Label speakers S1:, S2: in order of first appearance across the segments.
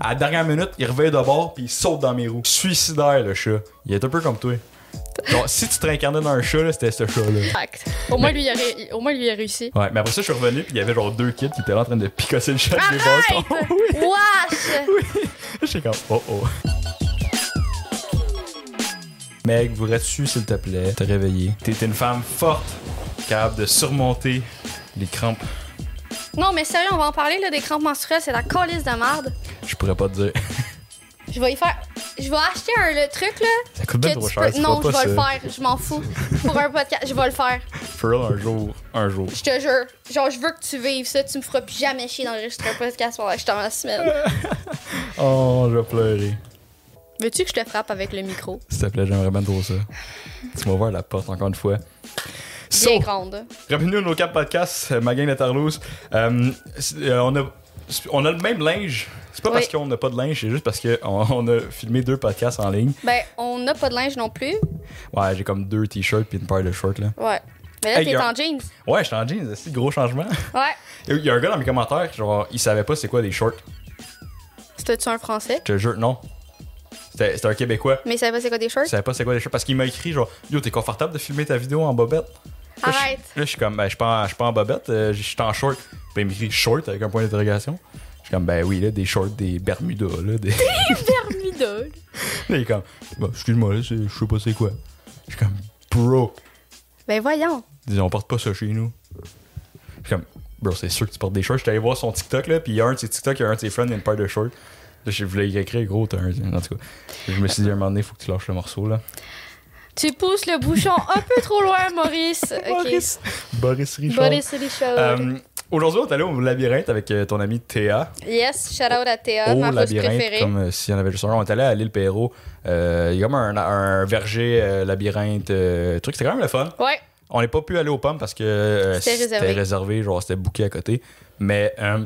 S1: À la dernière minute, il revient de bord puis il saute dans mes roues. Suicidaire, le chat. Il est un peu comme toi. Donc, si tu te réincarnais dans un chat, là, c'était ce chat-là.
S2: Fact. Au moins, lui, il a, ré- au moins, lui, il a réussi.
S1: Ouais, mais après ça, je suis revenu puis il y avait genre deux kids qui étaient là en train de picosser le chat avec des
S2: Arrête!
S1: bâtons. oui!
S2: Wesh!
S1: J'étais comme, oh oh. Meg, voudrais-tu, s'il te plaît, te réveiller? T'es une femme forte, capable de surmonter les crampes.
S2: Non, mais sérieux, on va en parler, là, des crampes menstruelles, c'est la colisse de merde.
S1: Je pourrais pas te dire.
S2: Je vais y faire. Je vais acheter un le truc, là.
S1: Ça coûte
S2: que
S1: bien
S2: tu
S1: trop
S2: peux-
S1: cher. tu
S2: Non, je
S1: feras pas
S2: vais le
S1: ça.
S2: faire. Je m'en fous. Pour un podcast, je vais le faire.
S1: Feral, un jour. Un jour.
S2: Je te jure. Genre, je veux que tu vives ça. Tu me feras plus jamais chier d'enregistrer un podcast pendant que je suis dans la semaine.
S1: Oh, je vais pleurer.
S2: Veux-tu que je te frappe avec le micro?
S1: S'il te plaît, j'aimerais bien trop ça. Tu m'as ouvert la porte encore une fois.
S2: Bien
S1: So,
S2: grande.
S1: Bienvenue au No Cap Podcast, euh, ma gang de Tarlouse. Euh, c'est- euh, on, a, on a le même linge. C'est pas
S2: Oui.
S1: parce qu'on n'a pas de linge, c'est juste parce qu'on on a filmé deux podcasts en ligne.
S2: Ben, on n'a pas de linge non plus.
S1: Ouais, j'ai comme deux t-shirts puis une paire de shorts là.
S2: Ouais. Mais là,
S1: Hey,
S2: t'es
S1: y'a-
S2: en jeans.
S1: Ouais, j'étais en jeans, c'est gros changement.
S2: Ouais.
S1: Il y a un gars dans mes commentaires, genre, il savait pas c'est quoi des shorts.
S2: C'était-tu un français?
S1: Je te jure, non. C'était c'était un Québécois.
S2: Mais ça va, c'est quoi des
S1: Je
S2: shorts?
S1: savais pas c'est quoi les shorts parce qu'il m'a écrit genre Yo, t'es confortable de filmer ta vidéo en bobette Là, je-
S2: Arrête.
S1: Là, je suis comme, ben, je suis pas en- je suis pas en bobette, euh, je suis en short. Puis il m'écrit short avec un point d'interrogation. Je suis comme, ben oui, là, des shorts, des Bermudas, là. Des... là,
S2: Midol.
S1: il est comme, Bah, excuse-moi, là, c'est- je sais pas c'est quoi. Je suis comme, bro,
S2: Ben, voyons.
S1: Ils disent, on porte pas ça chez nous. Je suis comme, bro, c'est sûr que tu portes des shorts. J'étais allé voir son TikTok, là, puis il y a un de ses TikTok, il y a un de ses friends, il a une paire de shorts. Là, je voulais y écrire, gros, t'as un. En tout cas, je me suis dit, à un moment donné, faut que tu lâches le morceau, là.
S2: Tu pousses le bouchon un peu trop loin, Maurice. Ok.
S1: Boris. Boris Richard.
S2: Boris Richard.
S1: Euh, Aujourd'hui, on est allé au labyrinthe avec euh, ton ami Théa.
S2: yes, shout out à Théa,
S1: au
S2: ma pause
S1: Oh, labyrinthe,
S2: préférée.
S1: comme euh, s'il y en avait juste un. On est allé à l'île Perrault. Euh, Il y a comme un, un verger, euh, labyrinthe, euh, truc. C'était quand même le fun.
S2: Ouais.
S1: On n'est pas pu aller aux pommes parce que euh,
S2: C'était réservé.
S1: genre c'était bouqué à côté. Mais euh,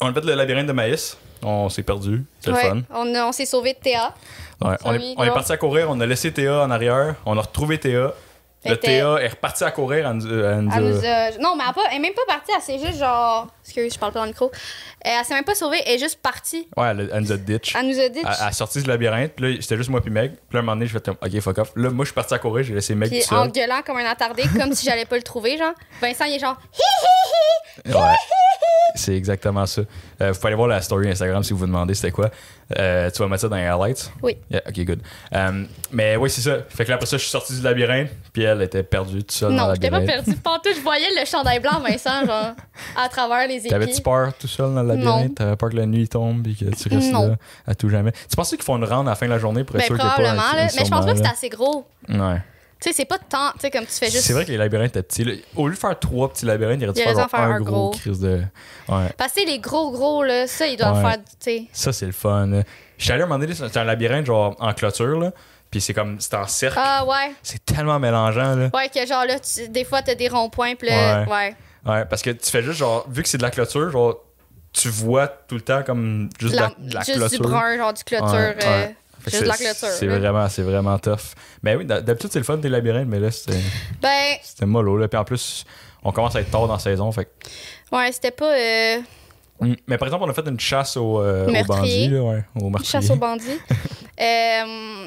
S1: on a fait le labyrinthe de maïs. On s'est perdu. C'était
S2: ouais.
S1: le fun.
S2: On, a- on s'est sauvé de Théa.
S1: Ouais, on,
S2: Sorry,
S1: est, on est
S2: gros.
S1: parti à courir. On a laissé Théa en arrière. On a retrouvé Théa.
S2: Fait
S1: Le
S2: que Théa-
S1: Théa est reparti à courir. Elle nous- elle nous
S2: Elle
S1: a-
S2: nous a- Non, mais elle, a pas- elle est même pas partie. Elle s'est juste genre. Excuse, je parle pas dans le micro. Euh, Elle s'est même pas sauvée. Elle est juste partie.
S1: Ouais, elle, elle nous a ditch.
S2: Elle nous a dit.
S1: à, à la sortie du labyrinthe. Puis là, c'était juste moi puis Meg. Puis là, un moment donné, je fais comme, OK, fuck off. Là, moi, je suis parti à courir, j'ai laissé Meg
S2: Puis
S1: tout
S2: en
S1: seul.
S2: gueulant comme un attardé, comme si j'allais pas le trouver, genre. Vincent, il est genre.
S1: Ouais. C'est exactement ça. Euh, vous pouvez aller voir la story Instagram si vous vous demandez c'était quoi. Euh, tu vas mettre ça dans les highlights?
S2: Oui.
S1: Yeah, OK, good. Euh, mais oui, c'est ça. Fait que là, après ça, je suis sorti du labyrinthe. Puis elle était perdue toute seule dans
S2: Non,
S1: le
S2: j'étais pas
S1: labyrinthe.
S2: perdue. Pantoute, je voyais le chandail blanc, Vincent, genre, à travers les
S1: T'avais-tu
S2: épis.
S1: peur tout seul dans le labyrinthe?
S2: Non.
S1: T'avais peur que la nuit tombe et que tu restes
S2: Non.
S1: là à tout jamais? Tu pensais qu'ils font une ronde à la fin de la journée pour être
S2: Ben,
S1: sûr qu'il n'y a pas
S2: probablement,
S1: un-
S2: là.
S1: un
S2: Mais je pense pas que
S1: surnom,
S2: c'est
S1: là?
S2: assez gros.
S1: Ouais.
S2: Tu sais, c'est pas tant, tu sais, comme tu fais juste.
S1: C'est vrai que les labyrinthes étaient petits. là. Au lieu de faire trois petits labyrinthes, il aurait dû
S2: Il
S1: faire,
S2: aurait dû en
S1: genre
S2: faire
S1: un
S2: un
S1: gros
S2: gros.
S1: crise de. Ouais.
S2: Parce que tu sais, les gros, gros, là, ça, ils doivent
S1: Ouais.
S2: faire, tu sais.
S1: Ça, c'est le fun. J'étais allé à un moment donné, c'était un labyrinthe genre en clôture, là. Puis c'est comme. C'est en cercle.
S2: Ah, ouais.
S1: C'est tellement mélangeant, là.
S2: Ouais, que genre, là, tu- des fois, t'as des ronds-points, pis là,
S1: Ouais.
S2: ouais.
S1: Ouais, parce que tu fais juste genre. Vu que c'est de la clôture, genre. Tu vois tout le temps comme juste de
S2: La-
S1: la, de la
S2: juste
S1: clôture.
S2: du brun, genre, du clôture.
S1: Ouais,
S2: euh,
S1: ouais. Fait que
S2: Juste
S1: c'est-
S2: de la clôture.
S1: C'est
S2: là.
S1: vraiment, c'est vraiment tough. Mais oui, d'ha- d'habitude, c'est le fun des labyrinthes, mais là, c'était
S2: Ben,
S1: c'était mollo, là. Puis en plus, on commence à être tard dans la saison, fait que
S2: ouais, c'était pas. euh,
S1: Mm. Mais par exemple, on a fait une chasse au, euh, aux bandits,
S2: Meurtrier.
S1: là, ouais, aux meurtriers.
S2: Chasse aux bandits. Euh,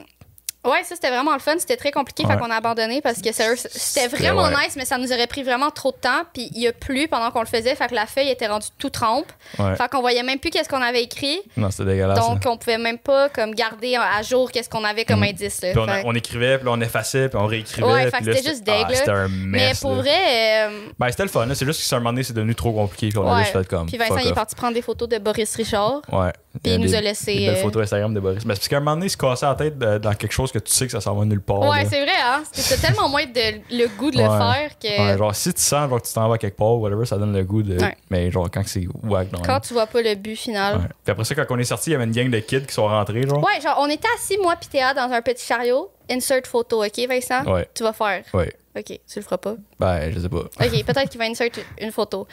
S2: ouais, ça c'était vraiment le fun. C'était très compliqué,
S1: Ouais.
S2: fait qu'on a abandonné parce que sérieux,
S1: C'était,
S2: c'était vraiment
S1: ouais.
S2: nice, mais ça nous aurait pris vraiment trop de temps. Puis il y a plu pendant qu'on le faisait, fait que la feuille était rendue tout trempe.
S1: Ouais.
S2: Fait qu'on voyait même plus qu'est-ce qu'on avait écrit.
S1: Non, c'était dégueulasse. là.
S2: donc on pouvait même pas comme garder à jour qu'est-ce qu'on avait comme
S1: Mm.
S2: indice. là.
S1: Puis on,
S2: Fait-
S1: on écrivait, puis là, on effaçait, puis on réécrivait.
S2: Ouais, fait
S1: puis
S2: que
S1: là,
S2: c'était juste deg,
S1: ah,
S2: là.
S1: C'était un
S2: mais
S1: mess.
S2: pour
S1: là.
S2: vrai, euh,
S1: Ben, c'était le fun, là. c'est juste qu'à un moment donné, c'est devenu trop compliqué, puis on a
S2: Ouais.
S1: juste fait comme.
S2: puis Vincent
S1: fuck
S2: il est
S1: off.
S2: parti prendre des photos de Boris Richard.
S1: Ouais.
S2: Puis il
S1: y
S2: nous
S1: des-
S2: a laissé,
S1: Des belles
S2: euh,
S1: photos Instagram de Boris. Mais c'est parce qu'à un moment donné, il se cassait la tête euh, dans quelque chose que tu sais que ça s'en va nulle part.
S2: ouais,
S1: là.
S2: c'est vrai, hein? C'était tellement moins de, le goût de le
S1: Ouais.
S2: faire que
S1: Ouais, genre, si tu sens genre, que tu t'en vas quelque part, whatever, ça donne le goût de.
S2: Ouais.
S1: Mais genre, quand c'est wack dans
S2: quand tu vois pas le but final.
S1: Ouais. Puis après ça, quand on est sorti, il y avait une gang de kids qui sont rentrés, genre.
S2: Ouais, genre, on était assis, moi pis Théa, dans un petit chariot. Insert photo, OK, Vincent?
S1: Ouais.
S2: Tu vas faire.
S1: Ouais.
S2: OK, tu le feras pas.
S1: Ben, je sais pas.
S2: OK, peut-être qu'il va insert une photo.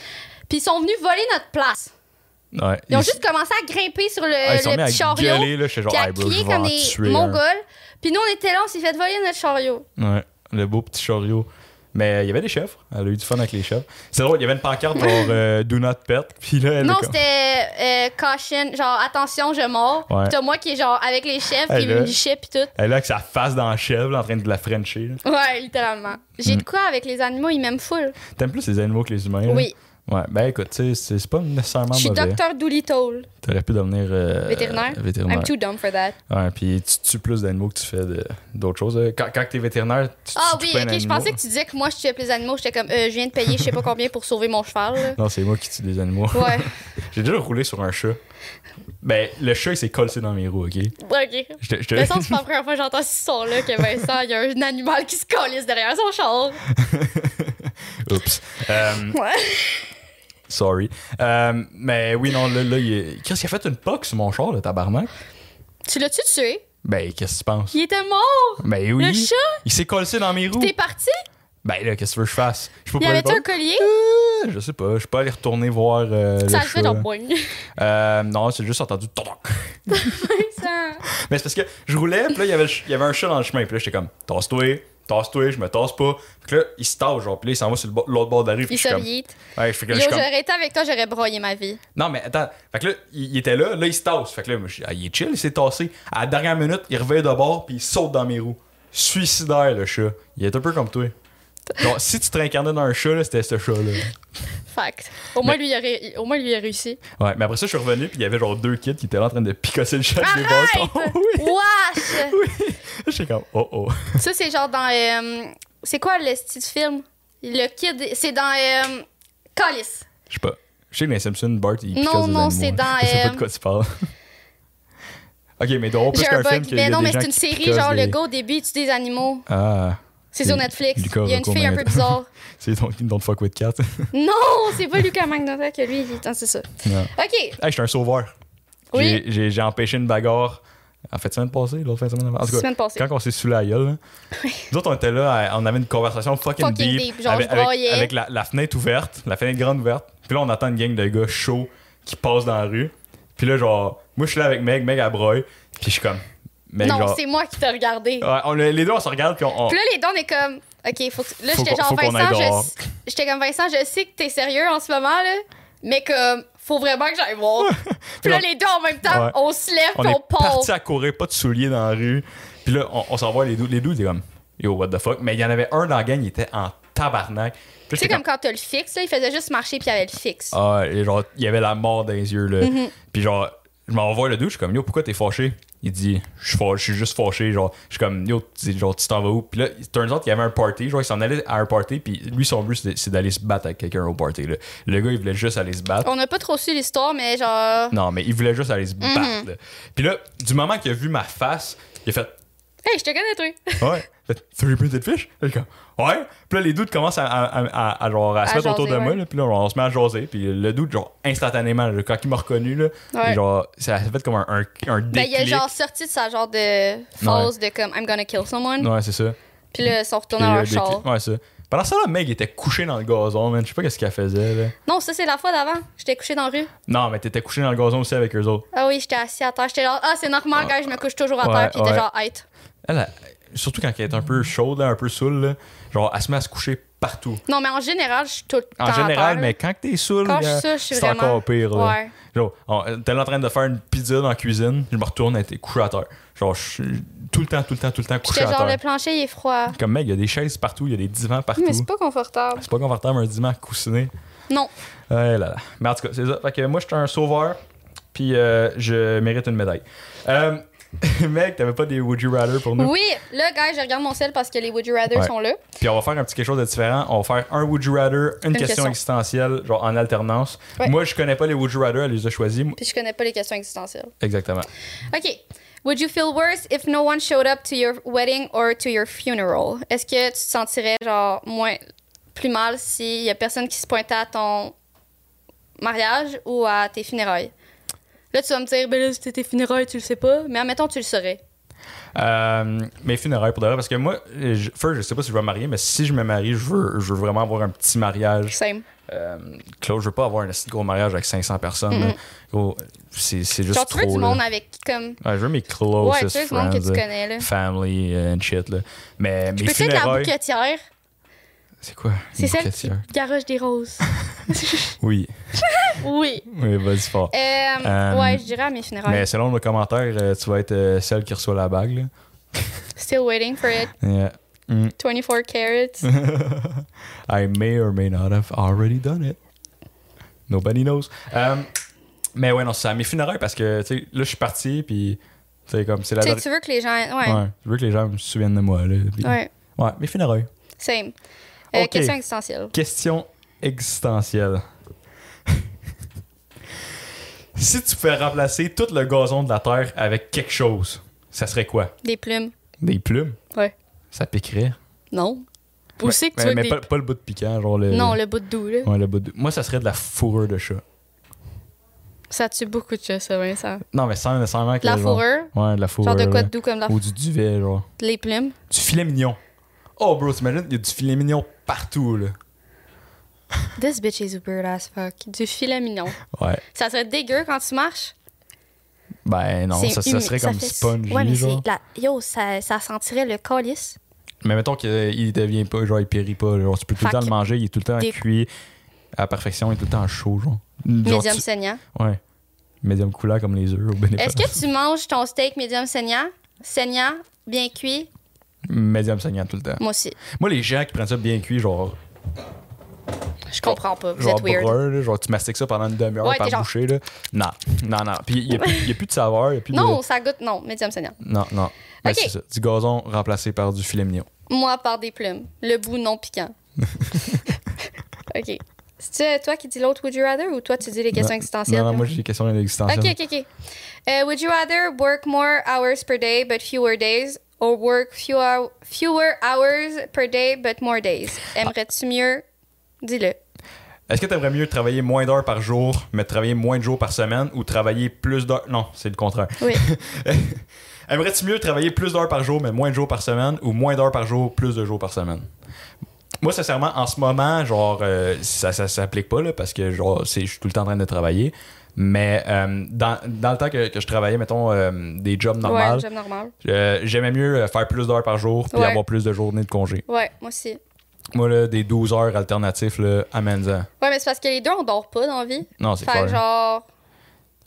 S2: Puis ils sont venus voler notre place.
S1: Ouais.
S2: Ils ont juste commencé à grimper sur le,
S1: Ah, ils sont
S2: le
S1: mis à
S2: petit chariot.
S1: gueuler, là. J'étais genre,
S2: Puis à
S1: Hey, bro, je
S2: crier
S1: vais
S2: comme
S1: en
S2: des
S1: tuer hein. un.
S2: mongols. Puis nous, on était là, on s'est fait voler notre chariot.
S1: Ouais, le beau petit chariot. Mais euh, il y avait des chèvres. Elle a eu du fun avec les chèvres. C'est drôle, il y avait une pancarte pour euh, Do Not Pet. Puis là, elle
S2: Non,
S1: a comme-
S2: c'était euh, caution, genre attention, je mords.
S1: Ouais.
S2: Puis t'as moi qui est genre avec les chefs,
S1: Elle
S2: qui me
S1: a-
S2: lichait, puis tout.
S1: Elle est là avec sa face dans la chèvre, là, en train de la frencher. là.
S2: Ouais, littéralement. J'ai
S1: Mm.
S2: de quoi avec les animaux, ils m'aiment full.
S1: T'aimes plus les animaux que les humains? là?
S2: Oui.
S1: Ouais, ben écoute, tu sais, c'est c'est pas nécessairement
S2: Je suis
S1: mauvais.
S2: docteur Doolittle.
S1: T'aurais pu devenir euh,
S2: Vétérinaire?
S1: vétérinaire.
S2: I'm too dumb for that.
S1: Ouais, puis tu tues plus d'animaux que tu fais de- d'autres choses. là. Quand, quand t'es vétérinaire, tu
S2: Ah
S1: tues
S2: oui,
S1: plein
S2: ok, je
S1: d'animaux.
S2: pensais que tu disais que moi je tuais plus les animaux. J'étais comme, euh, je viens de payer je sais pas combien pour sauver mon cheval. là.
S1: Non, c'est moi qui tue des animaux.
S2: Ouais,
S1: J'ai déjà roulé sur un chat. Ben, le chat, il s'est collé dans mes roues, ok?
S2: ok.
S1: Je te- je te-
S2: De toute façon, c'est pas la première fois que j'entends ce son-là que Vincent, il y a un animal qui se colisse derrière son char.
S1: Oups. Euh,
S2: Ouais.
S1: sorry. Euh, mais oui, non, là, là il est- Qu'est-ce qu'il a fait une poque sur mon char, le tabarnak?
S2: Tu l'as-tu tué?
S1: Ben, qu'est-ce que tu penses?
S2: Il était mort!
S1: Ben oui.
S2: Le chat?
S1: Il s'est collé dans mes roues.
S2: T'es parti?
S1: Ben là, qu'est-ce que tu veux que je fasse? Je peux
S2: Il y
S1: pas
S2: avait-tu un
S1: répondre.
S2: collier?
S1: Euh, Je sais pas, je suis pas allé retourner voir euh, le
S2: Ça le
S1: chat,
S2: fait dans
S1: là.
S2: le boing.
S1: Euh, non, c'est juste entendu. tonk.
S2: Ça-
S1: Mais c'est parce que je roulais, puis là, il y avait le ch- il y avait un chat dans le chemin, puis là, j'étais comme, tasse-toi, tasse-toi, je me tasse pas. Fait que là, il se tasse, genre, puis là, il s'en va sur le bo- l'autre bord de la rue. puis
S2: Il
S1: je suis comme-
S2: s'obéit.
S1: Ouais, fait que là,
S2: Yo,
S1: je suis comme,
S2: j'aurais été avec toi, j'aurais broyé ma vie.
S1: Non, mais attends. Fait que là, il, il était là, là, il se tasse. Fait que là, moi, je dis, ah, il est chill, il s'est tassé. À la dernière minute, il revient de bord, puis il saute dans mes roues. Suicidaire, le chat. Il est un peu comme toi. Donc, si tu te réincarnais dans un chat, là, c'était ce chat-là.
S2: Fact. Au moins, lui, il a, ré- au moins, lui, il a réussi.
S1: Ouais, mais après ça, je suis revenu, puis il y avait genre deux kids qui étaient là en train de picasser le chat avec des
S2: Arrête!
S1: bâtons. oui.
S2: Wesh!
S1: J'étais comme, oh oh.
S2: Ça, c'est genre dans. euh, c'est quoi le style de film? Le kid. C'est dans. Euh, Collis.
S1: Je sais pas. Je sais que dans les Simpsons, Bart, il
S2: Non,
S1: picasse des
S2: non,
S1: animaux.
S2: c'est dans,
S1: Je sais pas
S2: euh,
S1: de quoi tu parles. ok, mais donc, plus
S2: J'ai un
S1: qu'un film
S2: bug.
S1: qu'il y a
S2: Mais non,
S1: des
S2: mais
S1: gens
S2: c'est une
S1: qui
S2: série,
S1: picassent
S2: genre
S1: des-
S2: le gars au début tue des animaux.
S1: Ah,
S2: C'est
S1: C'est
S2: sur Netflix.
S1: Lucas
S2: il y a une
S1: Rocco
S2: fille un peu
S1: Magnata.
S2: bizarre.
S1: c'est ton Don't Fuck With Cat.
S2: non, c'est pas Lucas Magnata que lui, il attends, c'est ça.
S1: Non.
S2: Ok.
S1: Hey, je suis un sauveur.
S2: Oui.
S1: J'ai- J'ai j'ai empêché une bagarre en fait semaine passée, l'autre fin de semaine. avant. En tout cas,
S2: Semaine passée.
S1: Quand on s'est sous la gueule, là, nous autres, on était là, on avait une conversation fucking,
S2: Fucking
S1: deep,
S2: deep, genre,
S1: avec,
S2: on se broyait.
S1: avec, avec la, la fenêtre ouverte, la fenêtre grande ouverte. Puis là, on entend une gang de gars chauds qui passent dans la rue. Puis là, genre, moi, je suis là avec Meg, Meg, à broye. Puis je suis comme, Meg,
S2: non,
S1: genre.
S2: c'est moi qui t'ai regardé.
S1: Ouais, on- les deux, on se regarde, puis on. on-
S2: Puis là, les dons, on est comme. Ok, faut que. Là,
S1: Faut
S2: j'étais
S1: qu'on-
S2: genre
S1: faut qu'on aille
S2: Vincent,
S1: dehors.
S2: je. J'étais comme Vincent, je sais que t'es sérieux en ce moment, là. Mais comme, faut vraiment que j'aille voir. Puis là,
S1: Puis
S2: les deux en même temps,
S1: Ouais.
S2: on se lève
S1: on
S2: puis on
S1: est
S2: part.
S1: parti à courir, pas de souliers dans la rue. Puis là, on, on s'en va, les deux, les deux, ils étaient comme, yo, what the fuck. Mais il y en avait un dans la gang, il était en tabarnak. Puis là,
S2: Tu sais,
S1: j'étais
S2: comme quand t'as le fixe, là, il faisait juste marcher puis il y avait le fixe.
S1: Ah, et genre, il y avait la mort dans les yeux, là. Puis genre, je m'envoie le doux, je suis comme, yo, pourquoi t'es fâché? Il dit, je suis fâché- je suis juste fâché, genre, je suis comme, yo, tu genre, tu t'en vas où? Puis là, il turns out, il y avait un party, genre, il s'en allait à un party, puis lui, son but, c'est c'est d'aller se battre avec quelqu'un au party, là. Le gars, il voulait juste aller se battre.
S2: On n'a pas trop su l'histoire, mais genre.
S1: Non, mais il voulait juste aller se battre, là. Puis là, du moment qu'il a vu ma face, il a fait,
S2: Hey, je te connais, toi.
S1: Ouais. Fait, Three Printed Fish? Là, je suis comme, ouais. Puis là, les doutes commencent à, à, à- à- à genre, à se
S2: À
S1: mettre autour de
S2: jaser,
S1: moi.
S2: ouais.
S1: là. puis là, on se met à jaser. Puis le doute, genre, instantanément, là, quand il m'a reconnu, là,
S2: Ouais.
S1: genre, ça a fait comme un, un, un déclic.
S2: Ben, il a genre sorti de sa genre de phase de comme, I'm gonna kill someone.
S1: Ouais, c'est ça.
S2: Puis là, ils sont
S1: Puis
S2: retournés à
S1: il y a eu un
S2: leur
S1: déclic.
S2: char.
S1: Ouais, ça. Pendant ça, la Meg était couchée dans le gazon, man. Je sais pas qu'est-ce qu'elle faisait, là.
S2: Non, ça, c'est la fois d'avant. J'étais couché dans la rue.
S1: Non, mais t'étais couchée dans le gazon aussi avec eux autres.
S2: Ah oui, j'étais assis à terre. J'étais genre, ah, c'est normal, gars, je me couche toujours à
S1: Ouais,
S2: terre. Puis il était
S1: ouais.
S2: genre, hate.
S1: Elle, elle- surtout quand elle est un peu chaude, là, un peu saoule, là, genre, elle se met à se coucher partout.
S2: Non, mais en général, je suis tout le temps.
S1: En
S2: à
S1: général,
S2: terre.
S1: mais quand t'es saoule,
S2: Quand je
S1: gars,
S2: suis saoule, je suis
S1: c'est
S2: vraiment-
S1: encore pire, là.
S2: Ouais.
S1: Genre, on- t'es là en train de faire une pizza dans la cuisine, je me retourne, elle était couchée à terre. Genre, je suis tout le temps, tout le temps, tout le temps couché
S2: J'étais
S1: à
S2: genre, le
S1: terre.
S2: plancher, il est froid.
S1: Comme mec, il y a des chaises partout, il y a des divans partout.
S2: Mais c'est pas confortable.
S1: C'est pas confortable un divan coussiné.
S2: Non.
S1: Ouais, là, là. Mais en tout cas, c'est ça. Fait que moi, j'étais un sauveur, puis euh, je mérite une médaille. Euh, mec, t'avais pas des Would You Rather pour nous?
S2: Oui, là, gars, je regarde mon sel parce que les Would You Rather
S1: Ouais.
S2: sont là.
S1: Puis on va faire un petit quelque chose de différent. On va faire un Would You Rather, une, question,
S2: question.
S1: existentielle, genre en alternance.
S2: Ouais.
S1: Moi, je connais pas les Would You Rather, elle les a choisis.
S2: Puis je connais pas les questions existentielles.
S1: Exactement.
S2: OK. Would you feel worse if no one showed up to your wedding or to your funeral? Est-ce que tu te sentirais genre moins plus mal s'il y a personne qui se pointait à ton mariage ou à tes funérailles? Là, tu vas me dire, ben là, c'était tes funérailles, tu le sais pas. Mais admettons, tu le saurais.
S1: Euh, mes funérailles pour de vrai, parce que moi, je, first, je sais pas si je vais me marier, mais si je me marie, je veux, je veux vraiment avoir un petit mariage.
S2: Same.
S1: Euh, Claude, je veux pas avoir un assez gros mariage avec 500 personnes. là. Gros, c'est c'est juste
S2: Genre, tu
S1: trop.
S2: veux du
S1: là. Oh,
S2: monde avec qui, comme.
S1: Ouais, je veux mes
S2: Ouais, tu
S1: closest
S2: veux du monde
S1: friends,
S2: que tu
S1: là,
S2: connais, là.
S1: family and shit. Là. Mais mes
S2: Peux-tu être la
S1: funérailles,
S2: bouquetière?
S1: C'est quoi
S2: C'est
S1: une
S2: celle qui
S1: bouquetière?
S2: garoche des roses.
S1: Oui.
S2: oui.
S1: Oui, vas-y fort.
S2: Euh,
S1: Euh,
S2: ouais, je dirais à mes funérailles.
S1: Mais selon le commentaire, euh, tu vas être euh, celle qui reçoit la bague. Là.
S2: Still waiting for it.
S1: Yeah. Mm.
S2: 24 carats.
S1: I may or may not have already done it. Nobody knows. Um, mais ouais, non, c'est à mes funérailles parce que, tu sais, là, je suis parti, puis, tu sais, comme, c'est la
S2: tu sais,
S1: dernière-
S2: tu veux que les gens. Ouais.
S1: Ouais, je veux que les gens me souviennent de moi, là. puis-
S2: Ouais.
S1: Ouais, mes funérailles.
S2: Same. Euh,
S1: Ok.
S2: Question existentielle.
S1: Question existentielle. si tu pouvais remplacer tout le gazon de la Terre avec quelque chose, ça serait quoi?
S2: Des plumes.
S1: Des plumes?
S2: Ouais.
S1: Ça piquerait.
S2: Non. Où
S1: Mais-
S2: c'est que tu
S1: mais,
S2: veux
S1: Ben, mais
S2: que
S1: pas,
S2: des...
S1: pas le bout de piquant, genre le...
S2: Non, le bout de doux, là.
S1: Ouais, le bout de- Moi, ça serait de la fourrure de chat.
S2: Ça tue beaucoup de choses, ça, Vincent.
S1: Non, mais sans nécessairement que.
S2: De la
S1: genre-
S2: fourrure.
S1: Ouais, de la fourrure.
S2: Genre de quoi
S1: là.
S2: de doux comme de la
S1: Ou du duvet, genre.
S2: Les plumes.
S1: Du filet mignon. Oh, bro, t'imagines, il y a du filet mignon partout, là.
S2: This bitch is weird as fuck. Du filet mignon.
S1: Ouais.
S2: Ça serait dégueu quand tu marches.
S1: Ben non,
S2: C'est
S1: ça, ça
S2: humide,
S1: serait comme
S2: fait-
S1: spongy,
S2: Ouais, mais c'est
S1: genre.
S2: la- Yo, ça, ça sentirait le calice.
S1: Mais mettons qu'il devient pas, genre, il périt pas. Genre, tu peux tout
S2: Fait
S1: le temps le
S2: que-
S1: manger, il est tout le temps
S2: Des-
S1: cuit à la perfection, il est tout le temps chaud, genre. Genre,
S2: Médium
S1: tu-
S2: saignant.
S1: Ouais. Médium couleur comme les œufs au bénéfice.
S2: Est-ce que tu manges ton steak médium saignant? Saignant, bien cuit?
S1: Médium saignant tout le temps.
S2: Moi aussi.
S1: Moi, les gens qui prennent ça bien cuit, genre,
S2: Je comprends pas. Vous
S1: genre
S2: êtes weird.
S1: brun, là, genre, tu mastiques ça pendant une demi-heure
S2: Ouais,
S1: par
S2: t'es genre-
S1: bouchée, là. Non, non, non. Puis il n'y a, plus- il y a plus de saveur, il n'y a plus de.
S2: Non, ça goûte. Non, médium saignant.
S1: Non, non. Mais
S2: Ok.
S1: c'est ça. Du gazon remplacé par du filet mignon.
S2: Moi, par des plumes. Le bout non piquant. OK. C'est-tu toi qui dis l'autre Would You Rather ou toi tu dis les questions
S1: Non,
S2: existentielles?
S1: Non, non,
S2: là?
S1: moi j'ai des questions existentielles.
S2: OK, OK, OK. Euh, would you rather work more hours per day but fewer days or work fewer, fewer hours per day but more days?
S1: Ah.
S2: Aimerais-tu mieux? Dis-le.
S1: Est-ce que t'aimerais mieux travailler moins d'heures par jour, mais travailler moins de jours par semaine ou travailler plus d'heures. Non, c'est le contraire.
S2: Oui.
S1: Aimerais-tu mieux travailler plus d'heures par jour, mais moins de jours par semaine ou moins d'heures par jour, plus de jours par semaine? Moi, sincèrement, en ce moment, genre, euh, ça, ça s'applique pas, là, parce que, genre, c'est- je suis tout le temps en train de travailler. Mais euh, dans, dans le temps que, que je travaillais, mettons, euh, des jobs normaux,
S2: Ouais, job normal.
S1: euh, j'aimais mieux euh, faire plus d'heures par jour puis
S2: Ouais.
S1: avoir plus de journées de congé.
S2: Ouais, moi aussi.
S1: Moi, là, des 12 heures alternatives, là, à Menza.
S2: Ouais, mais c'est parce que les deux, on dort pas dans la vie.
S1: Non, c'est
S2: Fait
S1: clair.
S2: que genre,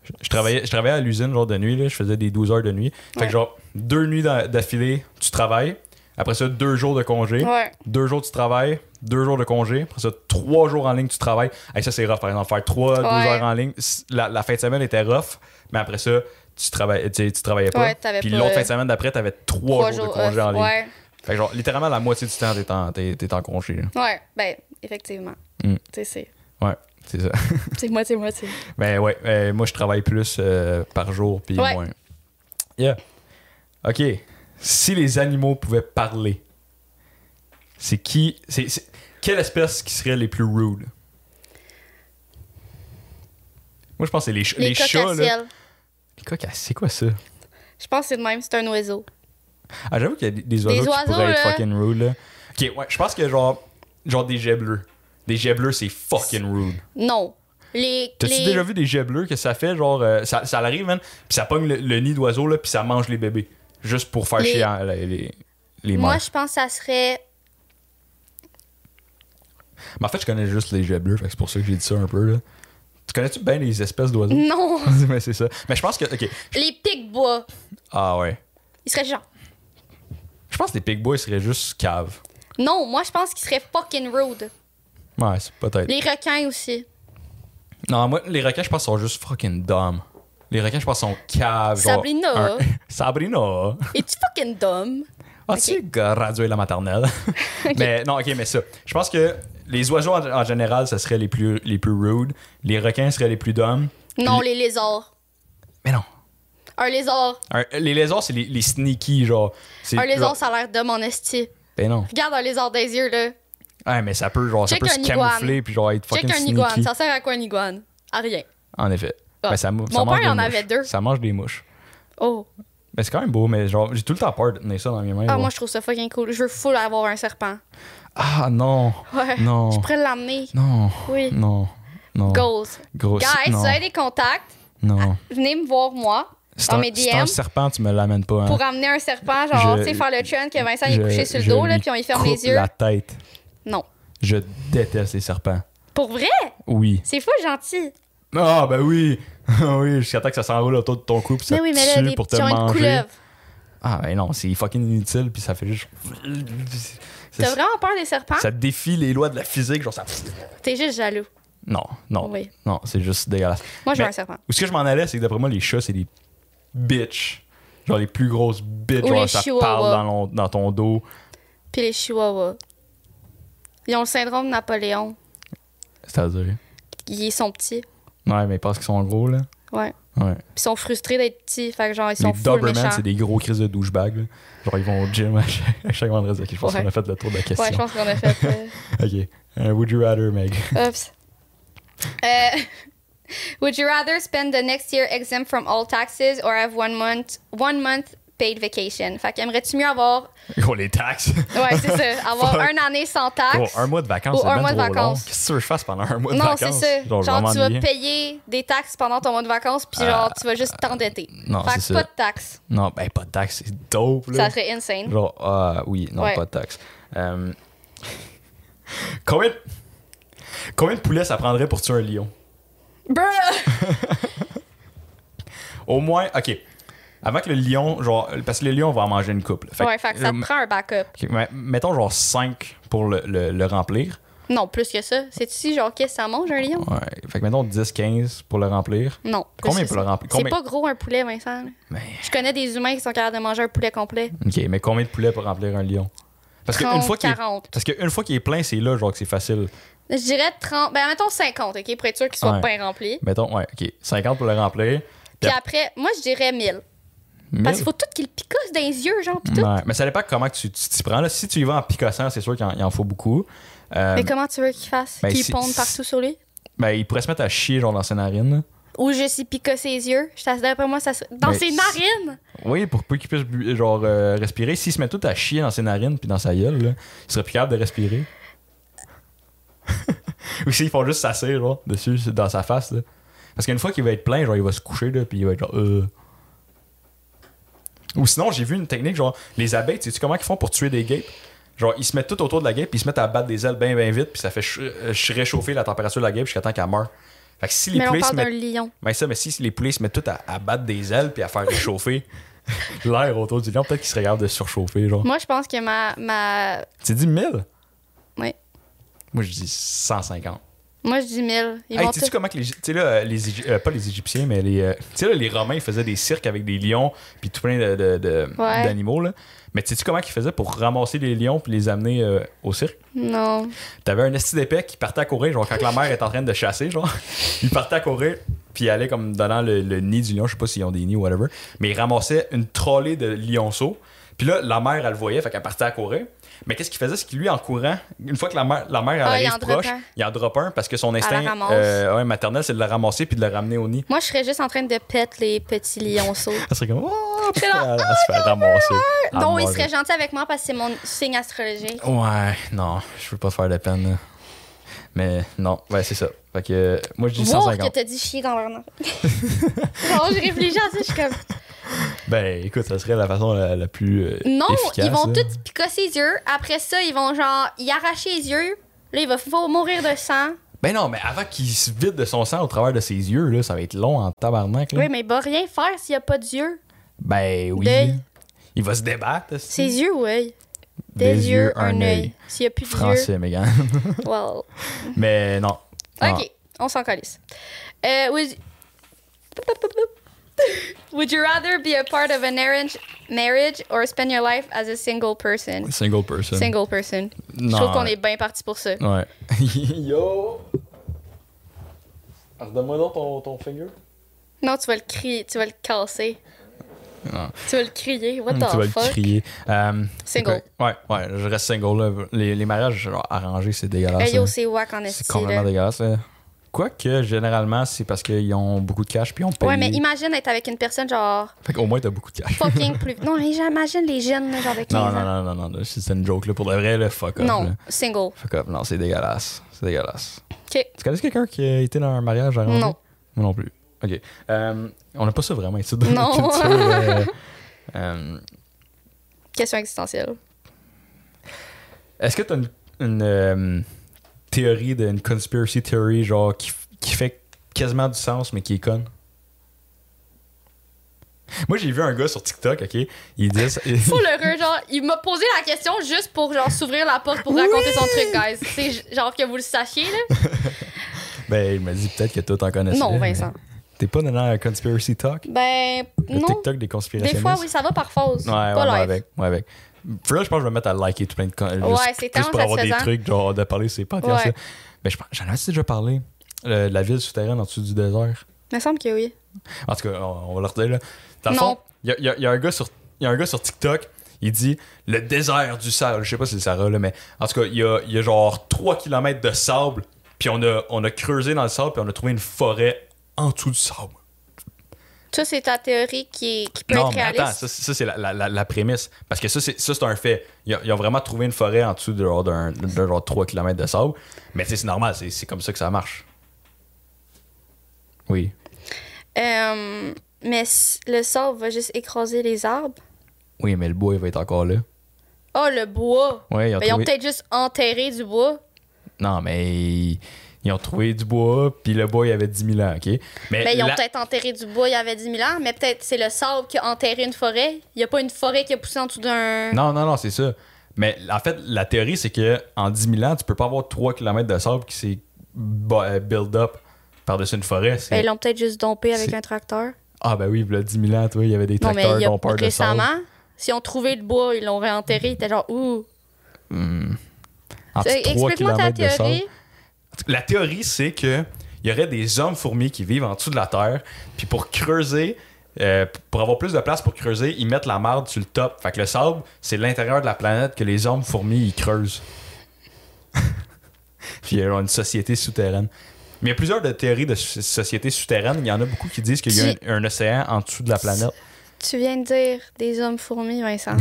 S1: Je, je travaillais, je travaillais à l'usine, genre, de nuit, là. Je faisais des 12 heures de nuit. Fait
S2: Ouais.
S1: que, genre, deux nuits d'a- d'affilée, tu travailles. Après ça, deux jours de congé.
S2: ouais.
S1: Deux jours, tu travailles. Deux jours de congé. Après ça, trois jours en ligne, tu travailles. Hey, ça, c'est rough, par exemple. Faire trois, 12
S2: Ouais.
S1: heures en ligne. c- La, la fin de semaine était rough, mais après ça, tu, travaillais, tu, sais, tu travaillais pas.
S2: Ouais, t'avais
S1: Puis
S2: pas-
S1: l'autre fin de semaine d'après, t'avais trois,
S2: Trois
S1: jours,
S2: jours
S1: de congé
S2: off.
S1: en ligne.
S2: Ouais,
S1: Fait que, genre, littéralement, la moitié du temps, t'es en, t'es- t'es en congé. là.
S2: ouais. Ben, effectivement.
S1: Mm.
S2: Tu sais, c'est-
S1: Ouais, c'est ça.
S2: c'est moitié, moitié.
S1: Mais ouais, euh, moi je travaille plus euh, par jour puis
S2: Ouais.
S1: moins. Yeah. OK. Si les animaux pouvaient parler, c'est qui c'est, c'est- quelle espèce qui serait les plus rude Moi je pense que c'est les, ch-
S2: Les,
S1: les chats là.
S2: coq-à-ciel.
S1: Les coqs, c'est quoi ça
S2: Je pense que c'est de même, c'est un oiseau.
S1: Ah, j'avoue qu'il y a des- des oiseaux,
S2: oiseaux,
S1: qui pourraient être
S2: là.
S1: fucking rude là. OK, ouais, je pense que genre genre des jets bleus. Des jets bleus, c'est fucking rude.
S2: Non. Les.
S1: T'as-tu
S2: les-
S1: déjà vu des jets bleus que ça fait, genre, euh, ça, ça l'arrive, man, puis ça pogne le, le nid d'oiseau, là, puis ça mange les bébés. Juste pour faire
S2: Les-
S1: chier euh, les, les, les
S2: Moi,
S1: mères.
S2: je pense que ça serait.
S1: Mais en fait, je connais juste les jets bleus, fait que c'est pour ça que j'ai dit ça un peu, là. Tu connais-tu bien les espèces d'oiseaux?
S2: Non!
S1: Mais c'est ça. Mais je pense que, ok.
S2: Les pics-bois.
S1: Ah ouais.
S2: Ils seraient genre.
S1: Je pense que les pig boys seraient juste caves.
S2: Non, moi, je pense qu'ils seraient fucking rude.
S1: Ouais, c'est peut-être.
S2: Les requins aussi.
S1: Non, moi, les requins, je pense, sont juste fucking dumb. Les requins, je pense, sont caves. genre,
S2: Sabrina.
S1: un- Sabrina.
S2: Es-tu fucking dumb?
S1: As-tu gradué la maternelle? Mais non, ok, mais ça. Je pense que les oiseaux en, en général, ça serait les plus, les plus rude. Les requins seraient les plus dumb.
S2: Non, les lézards.
S1: Mais non.
S2: Un lézard.
S1: Un- les lézards, c'est les, les sneaky, genre. C'est
S2: Un lézard,
S1: genre-
S2: ça a l'air dumb en esti.
S1: Ben non.
S2: Regarde un lézard des yeux, là.
S1: Ouais, mais ça peut, genre, ça
S2: Check
S1: peut
S2: un
S1: se
S2: iguane.
S1: camoufler puis genre être fucking
S2: Check un
S1: sneaky.
S2: iguane. Ça sert à quoi un iguane? À rien.
S1: En effet.
S2: Ah.
S1: Ben, ça, mou-
S2: Mon
S1: ça mange
S2: père
S1: des
S2: en
S1: mouches.
S2: avait deux.
S1: Ça mange des mouches.
S2: Oh.
S1: Mais c'est quand même beau, mais genre, j'ai tout le temps peur de tenir ça dans mes mains.
S2: Ah,
S1: genre.
S2: moi, je trouve ça fucking cool. Je veux full avoir un serpent.
S1: Ah non.
S2: Ouais.
S1: Non.
S2: Je pourrais l'emmener.
S1: Non.
S2: Oui.
S1: Oh. Non. Non.
S2: Goals.
S1: Grosse.
S2: Guys, si
S1: non.
S2: vous avez des contacts,
S1: non.
S2: venez me voir, moi,
S1: C'est
S2: dans
S1: un,
S2: mes
S1: c'est un
S2: DM.
S1: serpent, tu me l'amènes pas. hein.
S2: pour amener un serpent, genre,
S1: Je-
S2: tu sais, faire le chun que Vincent il
S1: Je-
S2: est couché sur le
S1: je
S2: dos, là,
S1: lui
S2: puis on lui ferme
S1: coupe
S2: les yeux.
S1: la tête.
S2: Non.
S1: Je déteste les serpents.
S2: Pour vrai?
S1: Oui.
S2: C'est fou, gentil.
S1: Ah, ben oui. oui, jusqu'à temps que ça s'enroule autour de ton cou puis ça
S2: mais oui, mais
S1: te
S2: là,
S1: tue
S2: les
S1: pour te
S2: petits ont une
S1: manger.
S2: couleuvre.
S1: Ah, ben non, c'est fucking inutile puis ça fait juste. Ça,
S2: T'as vraiment peur des serpents?
S1: ça défie les lois de la physique, genre ça.
S2: T'es juste jaloux.
S1: Non, non.
S2: Oui.
S1: Non, c'est juste dégueulasse.
S2: Moi, je veux
S1: Mais-
S2: un serpent.
S1: Où ce que je m'en allais, c'est que d'après moi, les chats, c'est des bitches. Genre les plus grosses bitches.
S2: Ou les
S1: genre, ça
S2: chihuahuas.
S1: parle dans, l'on- dans ton dos.
S2: Puis les chihuahuas. Ils ont le syndrome de Napoléon.
S1: C'est-à-dire.
S2: Ils sont petits.
S1: Ouais, mais parce qu'ils sont gros, là.
S2: Ouais.
S1: Ouais.
S2: Ils sont frustrés d'être petits. Fait que genre, ils
S1: Les
S2: sont full
S1: Doberman,
S2: méchants.
S1: c'est des gros crises de douchebags. là. Genre, ils vont au gym à chaque, à chaque vendredi. Ok, je pense
S2: Ouais.
S1: qu'on a fait le tour de la question.
S2: Ouais, je pense qu'on a fait... euh,
S1: Ok. Euh, would you rather, Meg?
S2: Oops. Uh, would you rather spend the next year exempt from all taxes or have one month one month paid vacation? Fait qu'aimerais-tu mieux avoir
S1: Gros, les taxes.
S2: Ouais, c'est ça, avoir
S1: Fuck.
S2: un année sans taxes?
S1: Gros, un mois de vacances,
S2: Ou
S1: c'est
S2: un
S1: ben
S2: mois de
S1: trop long.
S2: vacances.
S1: Qu'est-ce que tu veux que je fasse pendant un mois de
S2: non,
S1: vacances?
S2: c'est ça. Genre,
S1: je vais
S2: tu vas
S1: m'ennuyer.
S2: payer des taxes pendant ton mois de vacances, puis genre, tu vas juste t'endetter.
S1: Ah. non,
S2: fait
S1: c'est
S2: que
S1: ça.
S2: pas de taxes.
S1: Non, ben pas de taxes, c'est dope. Là.
S2: Ça serait insane.
S1: Genre, ah oui, non,
S2: Ouais.
S1: pas de taxe. Euh, combien, combien de poulets ça prendrait pour tuer un lion?
S2: Bruh!
S1: Au moins, ok. Avant que le lion, genre, parce que le lion va en manger une couple.
S2: ouais, fait que ça te prend un backup.
S1: Ok, mais mettons genre 5 pour le, le- le remplir.
S2: Non, plus que ça. C'est-tu genre, qu'est-ce que ça mange un lion?
S1: Ouais. Fait que mettons 10-15 pour le remplir.
S2: Non. plus
S1: Combien
S2: que
S1: pour
S2: ça.
S1: le remplir?
S2: C'est
S1: Combien...
S2: pas gros un poulet, Vincent. là.
S1: Mais-
S2: Je connais des humains qui sont capables de manger un poulet complet.
S1: Ok, mais combien de poulets pour remplir un lion? Parce que une
S2: 30,
S1: fois qu'il est-
S2: 40.
S1: parce que une fois qu'il est plein, c'est là genre que c'est facile.
S2: Je dirais 30, ben mettons 50, OK, pour être sûr qu'ils soient
S1: Ouais.
S2: bien remplis.
S1: Mettons, ouais, ok, 50 pour le remplir.
S2: Puis après, moi, je dirais 1000. Parce qu'il faut tout qu'ils le picossent dans les yeux, genre, pis tout.
S1: Ouais, mais ça dépend comment que tu tu t'y prends. Là. Si tu y vas en picossant, c'est sûr qu'il en, il en faut beaucoup. Euh,
S2: Mais comment tu veux qu'ils fassent?
S1: Ben,
S2: qu'ils
S1: c'est-
S2: pondent partout sur lui?
S1: ben, il pourrait se mettre à chier genre, dans ses narines. là.
S2: Ou je suis picosser les yeux? Je t'assure, D'après moi, ça se- Dans
S1: Ben,
S2: ses
S1: c'est-
S2: narines!
S1: Oui, pour peu qu'il puisse bu- genre, euh, respirer. S'il se met tout à chier dans ses narines puis dans sa gueule, là, il serait plus capable de respirer. Ou s'ils font juste s'asseoir genre, dessus, c'est dans sa face. là. Parce qu'une fois qu'il va être plein, genre, il va se coucher là, puis il va être genre. euh. Ou sinon, j'ai vu une technique, genre, les abeilles, tu sais comment ils font pour tuer des guêpes? Genre, ils se mettent tout autour de la guêpe, puis ils se mettent à battre des ailes bien, bien vite, puis ça fait ch- euh, ch- réchauffer la température de la guêpe jusqu'à temps qu'elle meurt. Fait que si les
S2: mais là, on
S1: poulets se
S2: parle d'un
S1: mettent
S2: lion.
S1: mais ça, mais si les poulets se mettent tous à, à battre des ailes puis à faire réchauffer l'air autour du lion, peut-être qu'ils seraient capables de surchauffer, genre.
S2: Moi, je pense que ma. ma...
S1: Tu dis 1000?
S2: Ouais.
S1: Moi, je dis 150.
S2: Moi, je dis 1000. Ils
S1: Hey,
S2: vont
S1: tu sais
S2: tout-
S1: comment que les... Tu sais, là, les Égy- euh, pas les Égyptiens, mais les... euh, tu sais, là, les Romains, ils faisaient des cirques avec des lions puis tout plein de- de- de-
S2: Ouais.
S1: d'animaux, là. Mais tu sais comment qu'ils faisaient pour ramasser les lions puis les amener euh, au cirque?
S2: Non.
S1: T'avais un esti d'épais qui partait à courir, genre quand la mère est en train de chasser, genre, il partait à courir, puis il allait comme donnant le, le nid du lion, je sais pas s'ils ont des nids ou whatever, mais il ramassait une trolley de lionceaux. Puis là, la mère, elle le voyait, fait qu'elle partait à courir. Mais qu'est-ce qu'il faisait? C'est que lui, en courant, une fois que la mère, la mère elle
S2: Ah, il
S1: arrive
S2: en droppe
S1: proche,
S2: un.
S1: il en drop un parce que son
S2: Elle la
S1: instinct
S2: ramasse.
S1: euh, ouais, maternel, c'est de le ramasser puis de le ramener au nid.
S2: Moi, je serais juste en train de pète les petits lionceaux.
S1: Elle serait comme, oh,
S2: C'est là,
S1: elle, elle se fait ramasser. Elle
S2: non, ils
S1: mange.
S2: seraient gentils avec moi parce que c'est mon signe astrologique.
S1: Ouais, non, je veux pas te faire de peine. là. Mais non, ouais, c'est ça. Fait que euh, moi, je dis
S2: Voir
S1: 150.
S2: que t'as dit chier dans leur nom. Genre, je réfléchis à ça, je suis comme.
S1: Ben écoute, ça serait la façon la, la plus euh,
S2: Non,
S1: efficace,
S2: ils vont
S1: là.
S2: tous picosser les yeux. Après ça, ils vont genre y arracher les yeux. Là, il va faut mourir de sang.
S1: Ben non, mais avant qu'il se vide de son sang au travers de ses yeux, là, ça va être long en tabarnak. Là.
S2: Oui, mais il va rien faire s'il n'y a pas d'yeux.
S1: Ben oui.
S2: D'œil.
S1: Il va se débattre. est-ce que-
S2: Ses yeux ou œil? Des, yeux, un œil. S'il n'y a plus d'yeux,
S1: Français, Ah. Megan.
S2: well.
S1: mais non. non.
S2: Ok, on s'en calisse. Euh, would... would you rather be a part of an arranged marriage or spend your life as a single person?
S1: Single person.
S2: Single person. Je
S1: Non.
S2: trouve qu'on est bien parti pour ça.
S1: Ouais. Yo! Redonne-moi Ah, donc ton, ton finger.
S2: Non, tu vas le crier, tu vas le casser.
S1: Non.
S2: Tu vas le crier. What
S1: tu
S2: the
S1: vas
S2: fuck?
S1: le crier. Euh,
S2: Single.
S1: Ouais, ouais, je reste single. Là. Les, les mariages genre, arrangés, c'est dégueulasse.
S2: Hey, yo,
S1: là.
S2: c'est wack en
S1: C'est
S2: esti,
S1: complètement
S2: là.
S1: dégueulasse. là. Quoique, généralement, c'est parce qu'ils ont beaucoup de cash puis on paye.
S2: Ouais, mais imagine être avec une personne genre
S1: Fait qu'au moins, t'as beaucoup de cash.
S2: fucking plus. Non, mais j'imagine les jeunes, là, genre de 15
S1: Non,
S2: ans.
S1: non, non, non, non, non, c'est une joke, là. Pour de vrai, là, fuck up.
S2: Non,
S1: là.
S2: single.
S1: Fuck up, non, c'est dégueulasse. C'est dégueulasse.
S2: Ok.
S1: Tu connais quelqu'un qui a été dans un mariage arrangé?
S2: Non.
S1: Moi non plus. Ok. Euh, on n'a pas ça vraiment ici dans
S2: Non.
S1: notre culture. euh, euh,
S2: Question existentielle.
S1: Est-ce que t'as une, une, euh, théorie d'une conspiracy theory, genre, qui, f- qui fait quasiment du sens, mais qui est conne? Moi, j'ai vu un gars sur TikTok, ok? Il dit. ça-
S2: Faut l'heureux, genre, il m'a posé la question juste pour, genre, s'ouvrir la porte pour
S1: Oui!
S2: raconter son truc, guys. C'est j- genre que vous le sachiez, là.
S1: ben, il m'a dit peut-être que toi, t'en connaissais.
S2: Non,
S1: mais
S2: Vincent.
S1: T'es pas dans la conspiracy talk?
S2: Ben,
S1: Le
S2: non.
S1: TikTok des
S2: Des
S1: conspirationnistes?
S2: fois, oui, ça va par phase.
S1: Ouais, ouais, moi
S2: pas live.
S1: avec. Moi avec. Puis là, je pense que je vais me mettre à liker tout plein de con-
S2: Ouais,
S1: juste-
S2: c'est
S1: juste
S2: tellement
S1: pour avoir des
S2: satisfaisant.
S1: trucs, genre de parler, c'est pas intéressant.
S2: Ouais.
S1: Mais je pense, j'en ai assez déjà parlé. Le- la ville souterraine en dessous du désert.
S2: Il me semble que oui.
S1: En tout cas, on, on va le redire là. Dans le
S2: Non.
S1: fond, il y a, il y a- il y a un gars sur- il y a un gars sur TikTok, il dit le désert du sable. Je sais pas si c'est le Sahara, là, mais en tout cas, il y a, il y a genre 3 km de sable, puis on a, on a creusé dans le sable, puis on a trouvé une forêt en dessous du sable.
S2: Ça, c'est ta théorie qui, est- qui peut
S1: Non,
S2: être
S1: mais
S2: réaliste.
S1: attends, ça, c'est- ça, c'est la, la- la- la prémisse. Parce que ça, c'est ça, c'est un fait. Ils ont, ils ont vraiment trouvé une forêt en dessous de, genre, d'un- de genre 3 km de sable. Mais tu sais, c'est normal, c'est c'est comme ça que ça marche. Oui.
S2: Euh, mais s- le sable va juste écraser les arbres.
S1: Oui, mais le bois, il va être encore là.
S2: Oh, le bois!
S1: Ouais, ils ont
S2: Ben, ils ont
S1: trouvé-
S2: peut-être juste enterré du bois.
S1: Non, mais ils ont trouvé du bois, puis le bois, il avait 10 000 ans, OK? Mais,
S2: Ben, ils ont
S1: la-
S2: peut-être enterré du bois il y avait 10 000 ans, mais peut-être c'est le sable qui a enterré une forêt. Il n'y a pas une forêt qui a poussé en dessous d'un.
S1: Non, non, non, c'est ça. Mais en fait, la théorie, c'est que en 10 000 ans, tu peux pas avoir 3 km de sable qui s'est bu- euh, build up par-dessus une forêt. c'est-
S2: Ben, ils l'ont peut-être juste dompé avec
S1: C'est-
S2: un tracteur.
S1: Ah ben oui, il y a 10 000 ans, toi, il y avait des
S2: Non, mais
S1: tracteurs
S2: il y a
S1: dont peur de sable.
S2: récemment, s'ils ont trouvé le bois, ils l'ont réenterré. Ils étaient genre, ouh.
S1: En
S2: Euh,
S1: dessous de 3
S2: Explique-moi ta
S1: Ah, kilomètres de sable.
S2: théorie.
S1: La théorie, c'est que il y aurait des hommes fourmis qui vivent en dessous de la terre, puis pour creuser, euh, pour avoir plus de place pour creuser, ils mettent la marde sur le top. Fait que le sable, c'est l'intérieur de la planète que les hommes fourmis, ils creusent. puis il y a une société souterraine. Mais il y a plusieurs de théories de so- société souterraine. Il y en a beaucoup qui disent qu'il y a un, un océan en dessous de la planète.
S2: Tu viens de dire des hommes fourmis, Vincent.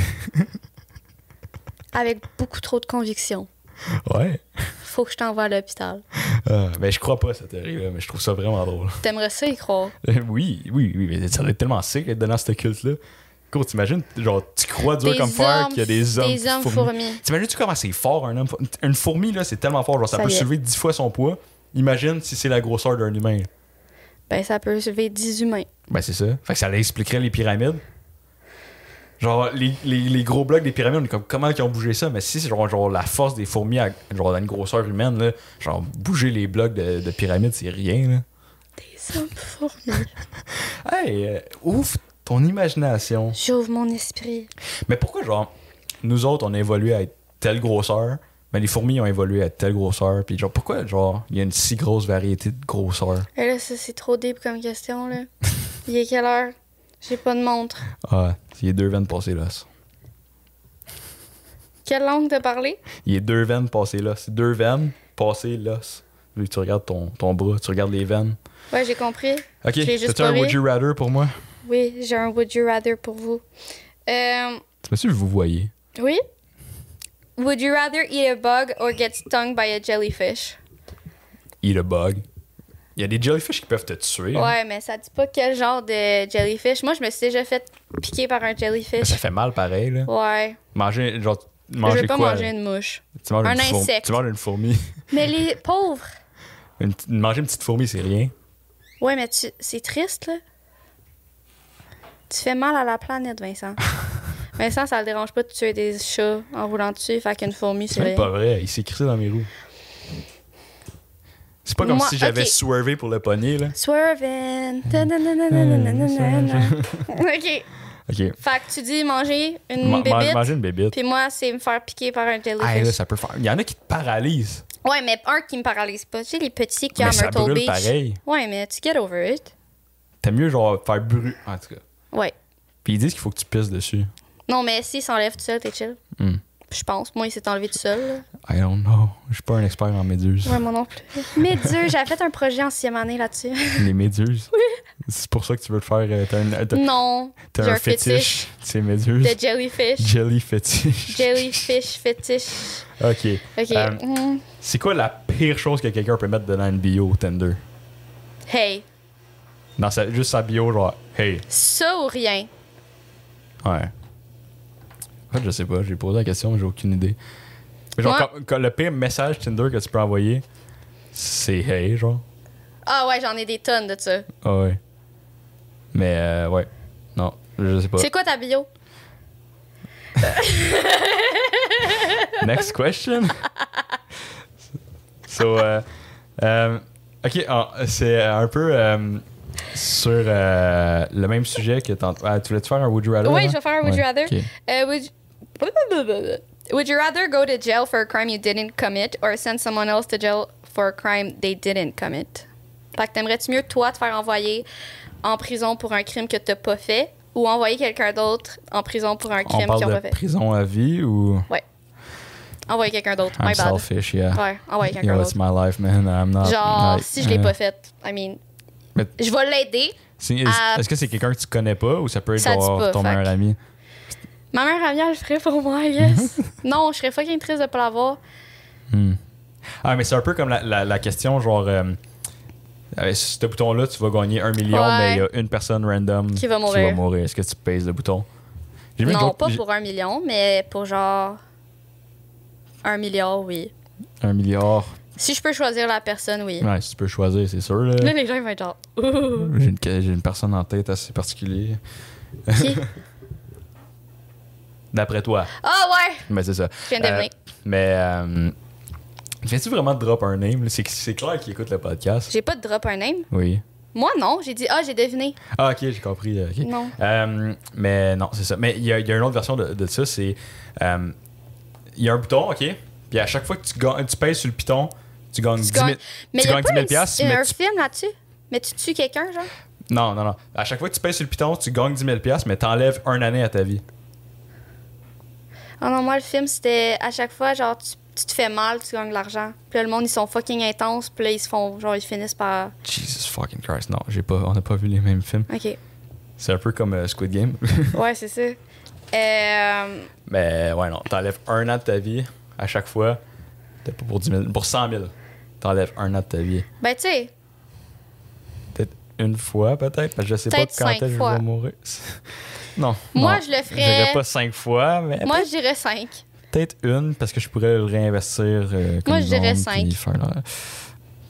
S2: avec beaucoup trop de conviction.
S1: Ouais.
S2: Faut que je t'envoie à l'hôpital.
S1: Euh, mais je crois pas à cette théorie-là, mais je trouve ça vraiment drôle.
S2: T'aimerais ça y croire?
S1: Euh, Oui, oui, oui, mais ça doit être tellement sick d'être dans ce culte-là. Gros, t'imagines, genre, tu crois dur comme fer qu'il y a des hommes,
S2: Des hommes
S1: fourmis.
S2: fourmis.
S1: T'imagines-tu comment c'est fort un homme four- Une fourmi, là, c'est tellement fort, genre, ça,
S2: Ça
S1: peut
S2: y est.
S1: soulever 10 fois son poids. Imagine si c'est la grosseur d'un humain.
S2: Ben, ça peut lever 10 humains.
S1: Ben, c'est ça. Fait que ça expliquerait les pyramides. Genre, les, les- les gros blocs des pyramides, on est comme, comment ils ont bougé ça? Mais si c'est genre, genre la force des fourmis, à, genre, dans une grosseur humaine, là, genre, bouger les blocs de, de pyramides, c'est rien, là.
S2: Des hommes fourmis.
S1: Hey, euh, ouf, ton imagination.
S2: J'ouvre mon esprit.
S1: Mais pourquoi, genre, nous autres, on a évolué à être telle grosseur, mais les fourmis ont évolué à telle grosseur, puis genre, pourquoi, genre, il y a une si grosse variété de grosseur?
S2: Et là, ça, c'est trop deep comme question, là. Il est quelle heure? J'ai pas de montre.
S1: Ah, il est deux veines passées l'os.
S2: Quelle langue t'as parlé?
S1: Il est deux veines passées l'os. Deux veines passées l'os. Vu que tu regardes ton, ton bras, tu regardes les veines.
S2: Ouais, j'ai compris.
S1: Ok,
S2: Je l'ai juste
S1: t'as-tu
S2: pas
S1: un
S2: ri.
S1: Would You Rather pour moi?
S2: Oui, j'ai un Would You Rather pour vous. Euh,
S1: Tu me suis vous voyez.
S2: oui? Would you rather eat a bug or get stung by a jellyfish?
S1: Il a bug. Il y a des jellyfish qui peuvent te tuer. hein.
S2: Ouais, mais ça dit pas quel genre de jellyfish. Moi, je me suis déjà fait piquer par
S1: Mais
S2: un
S1: Ça
S2: jellyfish.
S1: fait mal pareil, là.
S2: Ouais.
S1: Manger, genre,
S2: je
S1: manger
S2: veux pas
S1: quoi?
S2: manger une mouche.
S1: Tu manges
S2: un
S1: une fourmi-
S2: insecte.
S1: Tu manges une fourmi.
S2: Mais les pauvres!
S1: Une petite- manger une petite fourmi, c'est rien.
S2: Ouais, mais tu... c'est triste, là. Tu fais mal à la planète, Vincent. Vincent, ça le dérange pas de tuer des chats en roulant dessus, fait qu'une fourmi,
S1: C'est
S2: c'est
S1: même
S2: vrai.
S1: pas vrai, il s'est crissé dans mes roues. C'est pas comme
S2: Moi,
S1: si j'avais
S2: ok.
S1: swervé pour le pogner, là.
S2: Swerving.
S1: Hmm.
S2: Ta-na-na-na-na-na-na-na-na. OK.
S1: Ok.
S2: Fait que tu dis manger une
S1: Hmm. Ma- ma-
S2: bébite,
S1: manger une bébite.
S2: puis moi, c'est me faire piquer par un
S1: Ah,
S2: jellyfish.
S1: là, ça peut faire. Il y en a qui te paralysent.
S2: Ouais, mais un qui me paralyse pas. Tu sais, les petits qui ont
S1: mais ça
S2: Myrtle
S1: brûle
S2: Beach.
S1: pareil.
S2: Ouais, mais tu get over it.
S1: T'as mieux, genre, faire brûler. En tout cas.
S2: Ouais.
S1: Puis ils disent qu'il faut que tu pisses dessus.
S2: Non, mais s'il s'enlève tout seul, t'es chill.
S1: Hmm.
S2: Je pense. Moi, il s'est enlevé tout seul. là.
S1: I don't know. Je suis pas un expert en méduses.
S2: Ouais, moi non plus. Mais Dieu, j'avais fait un projet en sixième année là-dessus.
S1: Les méduses. C'est pour ça que tu veux te faire. euh, T'as un, t'as-
S2: non.
S1: t'as
S2: j'ai
S1: un
S2: un fétiche.
S1: fétiche. C'est méduses.
S2: De jellyfish.
S1: Jelly fétiche.
S2: jellyfish fétiche.
S1: Ok.
S2: Ok.
S1: Euh,
S2: Hmm.
S1: C'est quoi la pire chose que quelqu'un peut mettre dans une bio au Tinder?
S2: Hey.
S1: Dans sa- juste sa bio, genre, hey.
S2: Ça ou rien?
S1: Ouais. En fait, je sais pas, j'ai posé la question, mais j'ai aucune idée. Mais genre,
S2: Moi-
S1: comme- comme le pire message Tinder que tu peux envoyer, c'est hey, genre.
S2: Ah ouais, j'en ai des tonnes de ça.
S1: Ah ouais. Mais euh, ouais. Non, je sais pas.
S2: C'est quoi ta bio?
S1: Next question. so, euh, euh, ok, ah, c'est un peu euh, sur euh, le même sujet que tantôt. Ah, tu voulais-tu faire un Would You Rather?
S2: Oui,
S1: hein?
S2: je vais faire un Would You Rather.
S1: ok.
S2: Uh, would you- Would you rather go to jail for a crime you didn't commit or send someone else to jail for a crime they didn't commit? Fait que t'aimerais-tu mieux, toi, te faire envoyer en prison pour un crime que t'as pas fait ou envoyer quelqu'un d'autre en prison pour un
S1: On
S2: crime qu'ils ont
S1: parle
S2: pas
S1: de
S2: fait?
S1: prison à vie ou
S2: Envoyer quelqu'un d'autre,
S1: I'm
S2: my bad.
S1: selfish, yeah.
S2: Ouais, envoyer
S1: You
S2: quelqu'un
S1: know, it's
S2: d'autre.
S1: my life, man. I'm not.
S2: Genre,
S1: like,
S2: si je l'ai
S1: euh,
S2: pas fait, I mean,
S1: Mais-
S2: je vais l'aider.
S1: c'est-
S2: Ah,
S1: Est-ce que c'est quelqu'un que tu connais pas ou ça peut être
S2: ça dit
S1: genre
S2: pas,
S1: ton
S2: fait
S1: meilleur
S2: que-
S1: ami?
S2: Ma mère Amia, elle le ferait pour moi, yes. non, je serais fucking triste de pas l'avoir.
S1: Ah, mais c'est un peu comme la, la- la question genre. euh, avec ce bouton-là, tu vas gagner un million,
S2: Ouais.
S1: mais il y a une personne random
S2: Qui va mourir.
S1: Est-ce que tu pèses le bouton? J'ai vu une
S2: Non,
S1: joke-
S2: pas
S1: j'ai-
S2: pour un million, mais pour genre un milliard, oui.
S1: Un milliard.
S2: Si je peux choisir la personne, oui.
S1: Ouais, si tu peux choisir, c'est sûr. là.
S2: Là, les gens ils vont être genre. Ouh.
S1: J'ai une, j'ai une personne en tête assez particulière.
S2: Qui?
S1: D'après toi.
S2: Ah ouais!
S1: Mais c'est ça.
S2: Je viens de
S1: Euh,
S2: devenir.
S1: mais. Euh, Viens-tu vraiment de drop un name? là? C'est c'est clair qu'il écoute le podcast.
S2: J'ai pas de drop un name.
S1: Oui.
S2: Moi, non. J'ai dit, ah, j'ai deviné.
S1: Ah, ok, j'ai compris. euh, ok.
S2: Non.
S1: Euh, mais non, c'est ça. Mais il y, a il y a une autre version de, de ça, c'est. euh, Il y a un bouton, ok? Puis à chaque fois que tu, gagnes- tu pèses sur le piton, tu gagnes 10 000.
S2: gagnes- Mais
S1: tu
S2: il y a
S1: gagnes
S2: pas
S1: 10 000
S2: une-
S1: piastres,
S2: un
S1: mais tu-
S2: film là-dessus? Mais tu tues quelqu'un, genre?
S1: Non, non, non. À chaque fois que tu pèses sur le piton, tu gagnes 10 000 piastres, mais t'enlèves un année à ta vie.
S2: Ah non, moi, le film, c'était à chaque fois, genre, tu, tu te fais mal, tu gagnes de l'argent. Puis là, le monde, ils sont fucking intenses. Puis là, ils se font, genre, ils finissent par.
S1: Jesus fucking Christ. Non, j'ai pas, on n'a pas vu les mêmes films.
S2: Ok.
S1: C'est un peu comme euh, Squid Game.
S2: Ouais, c'est ça. Euh.
S1: mais ouais, non. T'enlèves un an de ta vie à chaque fois. T'es pas pour 10 000. Pour 100 000. T'enlèves un an de ta vie.
S2: Ben, tu sais.
S1: Peut-être une fois, peut-être. Parce que je sais pas
S2: Peut-être
S1: quand
S2: cinq
S1: est-ce que je
S2: fois.
S1: vais mourir. non.
S2: Moi,
S1: non.
S2: je le ferais-
S1: J'irais pas cinq fois, mais
S2: Moi, je dirais 5.
S1: peut-être une, parce que je pourrais le réinvestir. euh, comme
S2: Moi, je
S1: ils ont,
S2: dirais
S1: puis
S2: cinq.
S1: faire leur-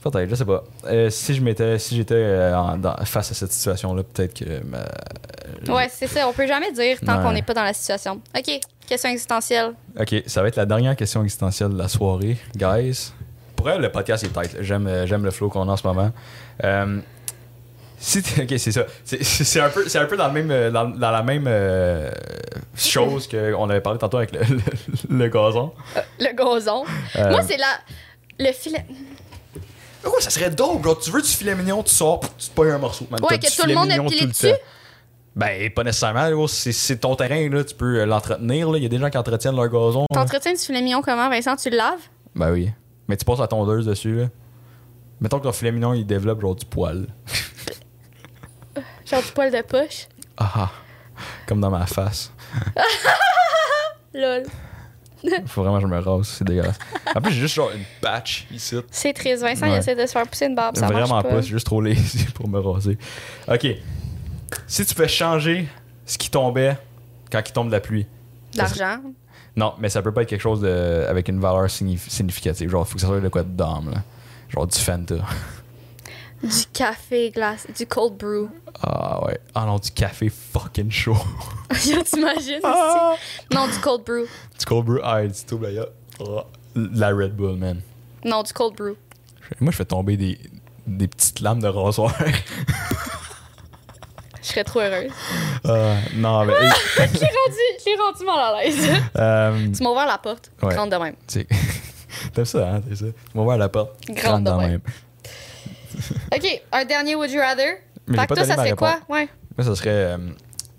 S1: Peut-être, je sais pas. Euh, si je m'étais, si j'étais euh, en- dans- face à cette situation-là, peut-être que ma-
S2: Ouais, c'est ça. On peut jamais dire tant
S1: Ouais.
S2: qu'on n'est pas dans la situation. OK. Question existentielle.
S1: Ok, ça va être la dernière question existentielle de la soirée, guys. Pour elle, le podcast est tight. J'aime, euh, j'aime le flow qu'on a en ce moment. Euh, si t'es- ok, c'est ça. C'est, c'est- c'est un peu, c'est un peu dans, le même, euh, dans, dans la même euh, chose qu'on avait parlé tantôt avec le, le- le gazon.
S2: Le gazon.
S1: Euh,
S2: Moi, c'est la. Le filet.
S1: oh, ça serait dope. Genre, tu veux du filet mignon, tu sors, pff, tu te pognes un morceau. Man,
S2: Ouais,
S1: t'as
S2: que
S1: du
S2: tout le
S1: filet
S2: monde a
S1: mignon
S2: pilé
S1: tout
S2: dessus?
S1: temps. Ben, pas nécessairement. gros. C'est, c'est ton terrain, là. tu peux euh, l'entretenir. là. Il y a des gens qui entretiennent leur gazon. là.
S2: T'entretiens du filet mignon comment, Vincent? Tu le laves?
S1: Ben oui. Mais tu passes la tondeuse dessus, là. Mettons que ton filet mignon, il développe genre du poil.
S2: Genre du poil de poche?
S1: Ah ah. Comme dans ma face.
S2: Lol.
S1: Faut vraiment que je me rase, c'est dégueulasse. En plus, j'ai juste genre une patch ici.
S2: C'est triste. Vincent, il
S1: Ouais.
S2: essaie de se faire pousser une barbe. Ça
S1: vraiment pas,
S2: marche pas.
S1: c'est juste trop lazy pour me raser. Ok. Si tu fais changer ce qui tombait quand il tombe de la pluie.
S2: De l'argent.
S1: Non, mais ça peut pas être quelque chose de, avec une valeur signif- significative. Genre, faut que ça soit de quoi de dame, là. Genre du Fanta.
S2: Du café glace. Du cold brew.
S1: Ah ouais. Ah non, du café fucking chaud.
S2: Genre, T'imagines?
S1: Ah!
S2: aussi? Non, du cold brew.
S1: Du cold brew, ah, du double la La Red Bull, man.
S2: Non, du cold brew.
S1: Moi, je fais tomber des, des petites lames de rasoir.
S2: Je serais trop heureuse.
S1: Euh, non, mais.
S2: je l'ai rendu, je l'ai rendu mal à l'aise.
S1: euh,
S2: tu m'as ouvert la porte.
S1: Ouais.
S2: Rentre de même.
S1: tu sais, T'aimes ça, hein? T'aimes ça? Tu m'as ouvert la porte.
S2: Grande
S1: Grande
S2: de
S1: dans
S2: même.
S1: même.
S2: OK. Un dernier Would You Rather?
S1: Mais j'ai
S2: fait que
S1: pas
S2: toi,
S1: donné
S2: ça
S1: ma
S2: serait quoi?
S1: réponse.
S2: Ouais.
S1: Moi, ça serait euh,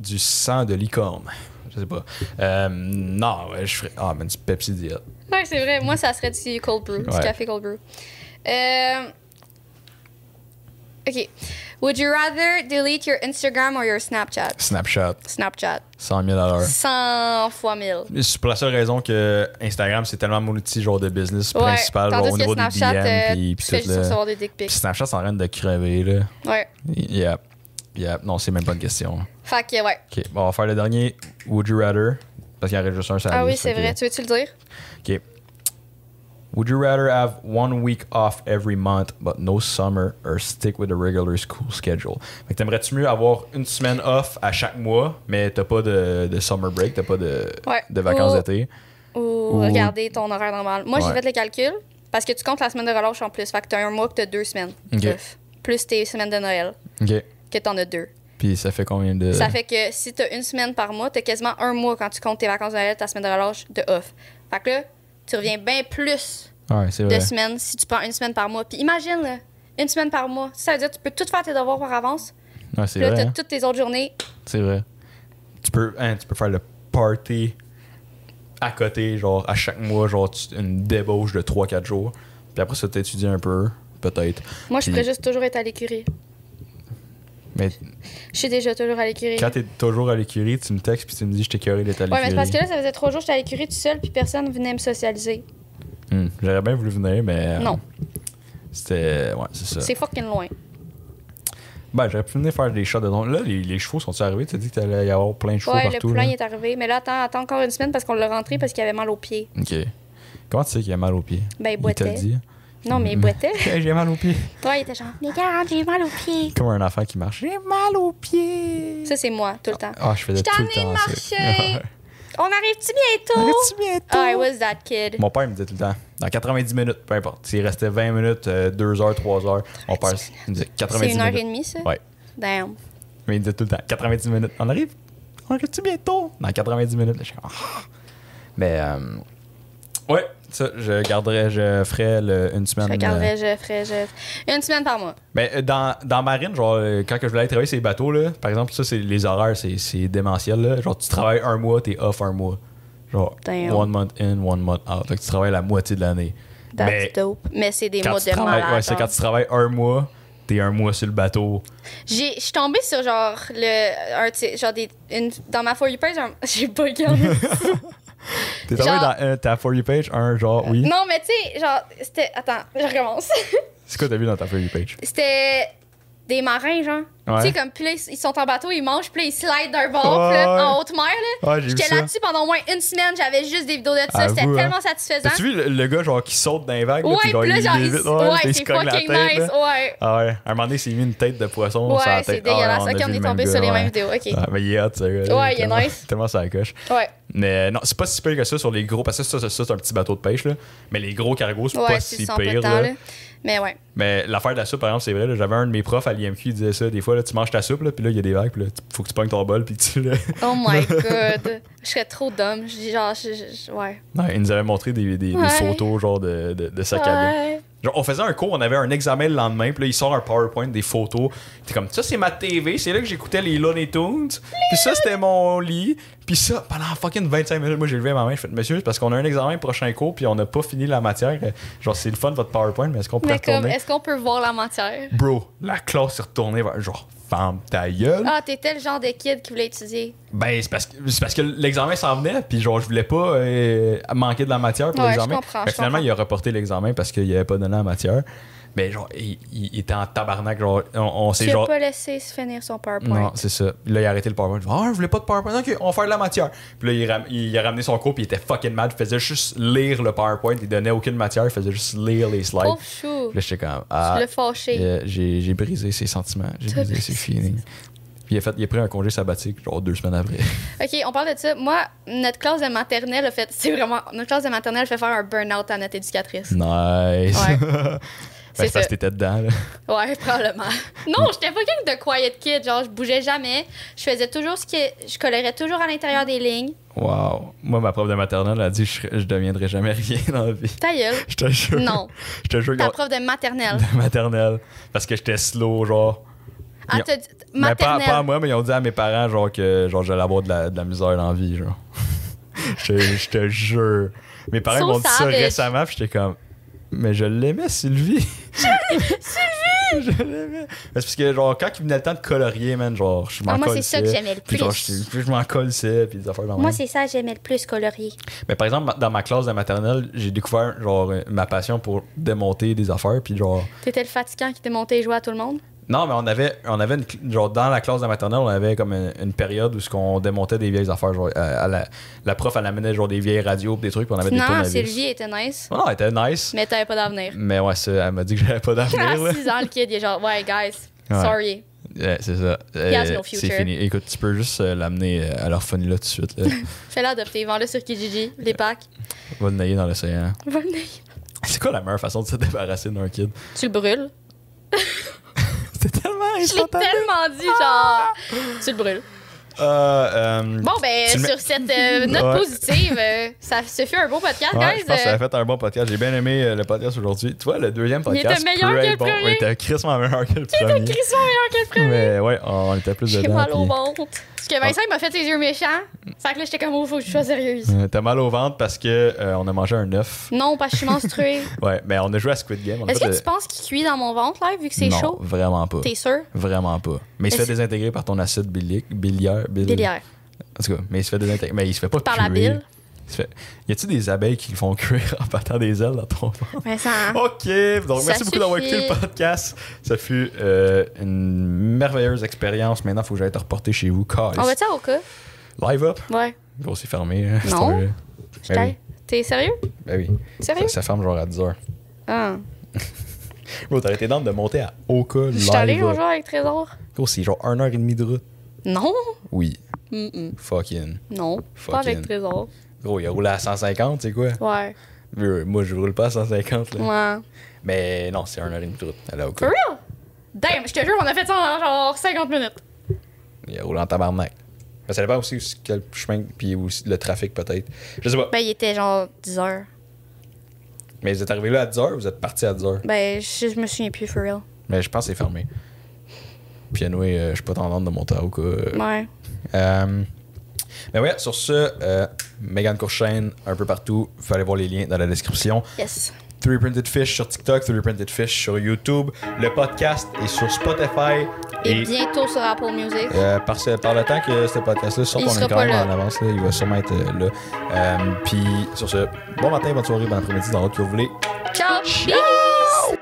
S1: du sang de licorne. Je sais pas. Euh, non, ouais, je ferais. Ah, mais du Pepsi Diet.
S2: Ouais, c'est vrai. Moi, ça serait du cold brew, du
S1: Ouais.
S2: café cold brew. Euh, OK. Would you rather delete your Instagram or your Snapchat?
S1: Snapchat,
S2: Snapchat.
S1: 100 000 à l'heure.
S2: 100 fois 1000.
S1: C'est pour la seule raison que Instagram, c'est tellement mon outil genre de business
S2: Ouais,
S1: principal, genre,
S2: tandis
S1: au
S2: que
S1: niveau des
S2: Snapchat,
S1: DM,
S2: euh,
S1: puis- puis
S2: tu fais
S1: tout
S2: juste
S1: le-
S2: recevoir des dick
S1: Puis
S2: pics.
S1: Snapchat, c'est en train de crever, là.
S2: Ouais.
S1: Yep. Yep. Non, c'est même pas une question.
S2: Fait que, ouais.
S1: OK. Bon, on va faire le dernier Would You Rather. Parce qu'il y en reste juste un sur la
S2: Ah oui,
S1: liste,
S2: c'est
S1: fait
S2: vrai. Tu veux-tu le dire?
S1: que- OK. Would you rather have one week off every month but no summer or stick with a regular school schedule? Fait que t'aimerais-tu mieux avoir une semaine off à chaque mois, mais t'as pas de, de summer break, t'as pas de,
S2: Ouais. Oh.
S1: de vacances
S2: Ou-
S1: d'été?
S2: Ou,
S1: Ou-
S2: regarder ton horaire normal. Moi, j'ai
S1: Ouais.
S2: fait le calcul parce que tu comptes la semaine de relâche en plus. Fait que t'as un mois puis t'as deux semaines.
S1: Ok.
S2: off. Plus tes semaines de Noël,
S1: Ok.
S2: que t'en as deux.
S1: Puis ça fait combien de.
S2: Ça fait que si t'as une semaine par mois, t'as quasiment un mois quand tu comptes tes vacances de Noël, ta semaine de relâche de off. Fait que là, tu reviens bien plus
S1: Ouais, c'est
S2: de
S1: vrai.
S2: semaines si tu prends une semaine par mois. Puis imagine, là, une semaine par mois. Ça veut dire que tu peux tout faire tes devoirs par avance.
S1: Ouais, c'est
S2: Puis là,
S1: vrai.
S2: t'as
S1: hein.
S2: toutes tes autres journées.
S1: C'est vrai. Tu peux, hein, tu peux faire le party à côté, genre à chaque mois, genre tu- une débauche de 3-4 jours. Puis après ça, t'étudies un peu, peut-être.
S2: Moi, je
S1: Puis-
S2: pourrais juste toujours être à l'écurie.
S1: Mais
S2: Je suis déjà toujours à l'écurie.
S1: quand t'es toujours à l'écurie, tu me textes puis tu me dis, je t'ai curé d'être à
S2: Ouais, mais
S1: l'écurie.
S2: c'est parce que là, ça faisait trois jours que j'étais à l'écurie tout seul, puis personne venait me socialiser.
S1: Hmm, J'aurais bien voulu venir, mais. euh,
S2: Non.
S1: C'était. Ouais, c'est ça.
S2: C'est fucking loin.
S1: Ben, j'aurais pu venir faire des shots de don. Là, les, les chevaux sont-ils arrivés? T'as dit que t'allais y avoir plein de chevaux
S2: Ouais, le
S1: partout.
S2: poulain
S1: là.
S2: il est arrivé. Mais là, attends, attends encore une semaine parce qu'on l'a rentré parce qu'il avait mal aux pieds.
S1: Ok. Comment tu sais qu'il a mal aux pieds?
S2: Ben, il
S1: il t'a
S2: boitait.
S1: dit.
S2: Non, mais il boitait.
S1: Hey, j'ai mal aux pieds.
S2: Toi, il était genre, mais regarde, j'ai mal aux pieds.
S1: Comme un enfant qui marche. J'ai mal aux pieds.
S2: Ça, c'est moi, tout le temps.
S1: Ah, je faisais
S2: Je
S1: tout
S2: t'en
S1: le
S2: ai
S1: temps. Ah
S2: marché.
S1: ça.
S2: On arrive-tu bientôt?
S1: Arrête-tu bientôt?
S2: Oh, I was that kid.
S1: Mon père me disait tout le temps, dans 90 minutes, peu importe. S'il restait 20 minutes, 2 heures, 3 heures, mon père il me disait
S2: C'est
S1: 90
S2: une heure et
S1: minutes.
S2: demie, ça?
S1: Ouais.
S2: Damn.
S1: Mais il me disait tout le temps, 90 minutes. On arrive? On arrive-tu bientôt? Dans 90 minutes. là, je suis comme, Ah. Mais, euh, ouais, ça, je garderais, je ferais le- une
S2: Je
S1: semaine. euh,
S2: regarderais, je ferais, je. Une semaine par mois.
S1: Mais euh, dans, dans Marine, genre, euh, quand que je voulais aller travailler ces bateaux, là, par exemple, ça, c'est les horaires, c'est, c'est démentiel. Là. Genre, tu travailles un mois, t'es off un mois. Genre,
S2: Damn.
S1: one month in, one month out. Fait que tu travailles la moitié de l'année.
S2: That's
S1: Mais
S2: dope. Mais c'est des
S1: quand
S2: mots
S1: tu
S2: de
S1: travailles-
S2: malade.
S1: ouais, c'est
S2: hein.
S1: quand tu travailles un mois, t'es un mois sur le bateau.
S2: J'ai, je suis tombée sur genre le, un, tu sais, genre des, une, dans ma For You page, un- j'ai pas regardé.
S1: T'es
S2: Genre-
S1: tombé dans euh, ta For You page, un genre, oui.
S2: non, mais tu sais, genre, c'était, attends, je recommence.
S1: C'est quoi t'as vu dans ta For You page?
S2: c'était des marins, genre.
S1: Ouais.
S2: Tu sais, comme, puis là, ils sont en bateau, ils mangent, puis là, ils slident d'un bord, puis là,
S1: Ouais.
S2: en haute mer, là.
S1: Ouais, j'ai vu
S2: J'étais
S1: ça.
S2: là-dessus pendant au moins une semaine, j'avais juste des vidéos de ça, c'était
S1: Avoue, hein.
S2: tellement satisfaisant.
S1: T'as-tu vu le, le gars, genre, qui saute dans les vagues?
S2: Ouais,
S1: là, puis genre,
S2: puis là,
S1: il
S2: genre, il-
S1: lévite,
S2: ouais,
S1: puis il se
S2: c'est
S1: cogne la
S2: fucking
S1: tête,
S2: nice,
S1: là.
S2: ouais.
S1: Ah ouais, à un moment donné, il s'est mis une tête de poisson sur la
S2: Ouais,
S1: tête.
S2: c'est
S1: Ah ouais,
S2: dégueulasse.
S1: a
S2: Ok, on
S1: vu
S2: est
S1: le même
S2: tombé sur
S1: gars,
S2: les mêmes
S1: ouais.
S2: vidéos, ok.
S1: Ah, mais il est hot, ce gars.
S2: Ouais, il est
S1: tellement-
S2: nice.
S1: Tellement ça coche.
S2: Ouais.
S1: Mais non, c'est pas si pire que ça sur les gros, parce que ça, ça, ça, c'est un petit bateau de pêche, là. Mais les gros cargos, c'est
S2: Ouais,
S1: pas
S2: c'est
S1: si
S2: sans peu de
S1: pire,
S2: temps,
S1: là.
S2: là. Mais ouais.
S1: Mais l'affaire de la soupe, par exemple, c'est vrai, là, j'avais un de mes profs à l'IMQ, il disait ça. Des fois, là, tu manges ta soupe, là, puis là, il y a des vagues, puis là, tu- faut que tu pognes ton bol, puis tu le.
S2: Oh my god. Je serais trop dumb. Je dis genre, je- je- je- ouais.
S1: Ouais, il nous avait montré des, des- des
S2: Ouais.
S1: photos, genre, de, de, de sac à dos.
S2: Ouais.
S1: Genre, on faisait un cours, on avait un examen le lendemain, puis là, il sort un PowerPoint, des photos. T'es comme, ça, c'est ma TV, c'est là que j'écoutais les Looney Tunes. Puis ça, c'était mon lit. Puis ça, pendant fucking 25 minutes, moi, j'ai levé ma main, je fais, monsieur, c'est parce qu'on a un examen, prochain cours, puis on n'a pas fini la matière. Genre, c'est le fun, votre PowerPoint, mais est-ce qu'on peut
S2: Mais comme,
S1: retourner?
S2: est-ce qu'on peut voir la matière?
S1: Bro, la classe s'est retournée vers, genre, femme ta gueule.
S2: Ah, t'étais le genre de kid qui voulait étudier.
S1: Ben, c'est parce que, c'est parce que l'examen s'en venait, puis genre, je voulais pas euh, manquer de la matière pour
S2: Ouais,
S1: l'examen.
S2: je comprends,
S1: Fait
S2: je
S1: que finalement,
S2: comprends.
S1: il a reporté l'examen parce qu'il avait pas donné la matière. Mais genre, il, il- il était en tabarnak. Genre, on, on s'est
S2: Tu as
S1: genre.
S2: pas laissé se finir son PowerPoint.
S1: Non, c'est ça. Là, il a arrêté le PowerPoint. Il dit, Ah, je voulais pas de PowerPoint. Ok, on va faire de la matière. Puis là, il, ram- il a ramené son cours, puis il était fucking mad. Il faisait juste lire le PowerPoint. Il donnait aucune matière. Il faisait juste lire les slides.
S2: Pauvre chou.
S1: Puis Là, j'étais comme.
S2: Tu
S1: Ah,
S2: l'as fâché.
S1: euh, j'ai j'ai brisé ses sentiments. J'ai
S2: T'as
S1: brisé
S2: brisé
S1: ses feelings. Puis il a, fait, il a pris un congé sabbatique, genre deux semaines après.
S2: OK, on parle de ça. Moi, notre classe de maternelle a fait... C'est vraiment... Notre classe de maternelle a fait faire un burn-out à notre
S1: Mm.
S2: éducatrice.
S1: Nice. Ben,
S2: Ouais.
S1: c'est
S2: C'est
S1: parce
S2: ça.
S1: que t'étais dedans. Là.
S2: Ouais, probablement. Non, j'étais pas quelqu'un de quiet kid. Genre, je bougeais jamais. Je faisais toujours ce que... Je colorais toujours à l'intérieur des lignes.
S1: Wow. Moi, ma prof de maternelle a dit je, serais- je deviendrai jamais rien dans la vie.
S2: Ta gueule.
S1: Je te jure.
S2: Non.
S1: Je te jure
S2: Ta
S1: que
S2: prof de maternelle.
S1: de maternelle. Parce que j'étais slow, genre.
S2: Elle t'a dit...
S1: Mais Ben, pas,
S2: Maternelle.
S1: pas à moi, mais ils ont dit à mes parents, genre, que genre, j'allais avoir de la, de la misère dans la vie, genre. je, te- je te jure. Mes parents
S2: So
S1: m'ont dit ça
S2: savage.
S1: récemment, puis j'étais comme. Mais je l'aimais, Sylvie. Sylvie! je l'aimais. Mais C'est parce que, genre, quand il venait le temps de colorier, man, genre, je m'en
S2: Ah, moi, c'est
S1: colissais.
S2: ça que j'aimais le
S1: Puis, genre,
S2: plus.
S1: j'étais- puis je m'en colissais, puis des affaires dans
S2: Moi, c'est ça que j'aimais le plus, colorier.
S1: Mais par exemple, ma- dans ma classe de maternelle, j'ai découvert, genre, euh, ma passion pour démonter des affaires, puis genre.
S2: T'étais le fatigant qui démontait et jouait à tout le monde?
S1: Non, mais on avait, on avait une cl- genre dans la classe de la maternelle, on avait comme une, une période où ce qu'on démontait des vieilles affaires. Genre, à- à la, la prof, elle amenait genre des vieilles radios pis des trucs, puis on avait des
S2: Non,
S1: tournevis.
S2: Sylvie était nice,
S1: Non, non, elle était nice. Mais,
S2: mais t'avais pas d'avenir.
S1: ouais, ça, elle m'a dit que j'avais pas
S2: À
S1: d'avenir. là.
S2: 6 ans, le kid, il est genre, ouais, guys,
S1: Ouais.
S2: sorry.
S1: Ouais, c'est ça.
S2: has
S1: Euh,
S2: no
S1: c'est
S2: future.
S1: fini. Écoute, tu peux juste euh, l'amener euh, à l'orphelinat tout de suite. Là.
S2: Fais-le adopter, vends-le sur Kijiji, les packs.
S1: On va le nailler dans l'océan.
S2: Venez.
S1: C'est quoi la meilleure façon de se débarrasser d'un kid?
S2: Tu le brûles.
S1: C'est tellement
S2: Je l'ai
S1: instantané.
S2: tellement dit,
S1: Ah!
S2: genre, tu le brûles.
S1: Euh, euh,
S2: Bon, ben,
S1: Tu le mets-
S2: sur cette euh, note
S1: Ouais.
S2: positive, euh, ça se fait un beau podcast,
S1: ouais,
S2: guys.
S1: je pense que ça
S2: Euh,
S1: a fait un bon podcast. J'ai bien aimé euh, le podcast aujourd'hui. Tu vois, le deuxième
S2: Il était
S1: podcast.
S2: meilleur
S1: pourrait
S2: que
S1: être
S2: le
S1: bon.
S2: premier.
S1: Il était crissement meilleur que le
S2: T'as
S1: premier.
S2: écrit ça meilleur que le premier.
S1: Mais ouais, on était plus
S2: J'ai
S1: dedans.
S2: mal au
S1: puis-
S2: ventre. Parce que Vincent, il m'a fait ses yeux méchants. Fait que là, j'étais comme, oh, faut que je sois sérieuse.
S1: Euh, T'as mal au ventre parce que euh, on a mangé un œuf.
S2: Non, parce que je suis menstruée.
S1: Ouais, mais on a joué à Squid Game. on a
S2: Est-ce
S1: fait
S2: que
S1: de-
S2: tu penses qu'il cuit dans mon ventre, là, vu que c'est
S1: non,
S2: chaud?
S1: Vraiment pas.
S2: T'es sûr?
S1: Vraiment pas. Mais il se fait
S2: Est-ce-
S1: désintégrer par ton acide bilique, biliaire. bil-
S2: Délire.
S1: En tout cas, mais il se fait désintégrer. Mais il se fait pas
S2: Par
S1: cuire.
S2: la bile.
S1: Il se fait- Y a-tu des abeilles qui le font cuire en battant des ailes dans ton ventre?
S2: Vincent.
S1: OK, donc
S2: Hein? Ça
S1: merci beaucoup d'avoir
S2: suffit.
S1: écouté le podcast. Ça fut euh, une merveilleuse expérience. Maintenant, il faut que j'aille te reporter chez vous. Calice.
S2: On va ça au cas?
S1: Live up.
S2: Ouais.
S1: Bon, c'est fermé. hein, c'est
S2: Non.
S1: un-
S2: Je
S1: Ben oui.
S2: t'aille. T'es sérieux?
S1: Ben oui.
S2: Sérieux?
S1: Ça, ça ferme genre à 10h.
S2: Ah.
S1: Bro, t'aurais été dans de monter à Oka
S2: Je
S1: live.
S2: suis allée
S1: up.
S2: aujourd'hui avec Trésor?
S1: Gros, c'est genre 1h30 de route.
S2: Non.
S1: Oui.
S2: Mm-mm.
S1: Fucking.
S2: Non.
S1: Fucking.
S2: Pas avec Trésor.
S1: Gros, il a roulé à 150, c'est quoi?
S2: Ouais.
S1: Euh, Moi, je roule pas à 150. Là.
S2: Ouais.
S1: Mais non, c'est 1h30 de route. Elle a
S2: For
S1: Oka.
S2: real? Damn, je te jure, on a fait ça en genre 50 minutes.
S1: Il a roulé en tabarnak. Mais ça dépend aussi aussi quel chemin, puis aussi le trafic peut-être. Je sais pas.
S2: Ben, il était genre 10 heures.
S1: Mais vous êtes arrivé là à 10h, vous êtes parti à 10h.
S2: Ben, je, je me souviens plus, for real.
S1: Mais je pense que c'est fermé. Puis, anyway, euh, je suis pas tendance de monter à Oka. euh,
S2: Ouais.
S1: Euh, ben ouais, sur ce, euh, Megan Courchaine, un peu partout. Vous allez voir les liens dans la description.
S2: Yes.
S1: 3 Printed Fish sur TikTok, 3 Printed Fish sur YouTube. Le podcast est sur Spotify.
S2: Et, bientôt sur Apple Music.
S1: euh, par, ce- par le temps que ce podcast-là sort,
S2: Il
S1: on
S2: sera
S1: est quand
S2: pas
S1: même
S2: là.
S1: en avance. là. il va sûrement être euh, là. Euh, Puis sur ce, bon matin, bonne soirée, bon après-midi, dans l'autre que vous voulez.
S2: Ciao. Peace.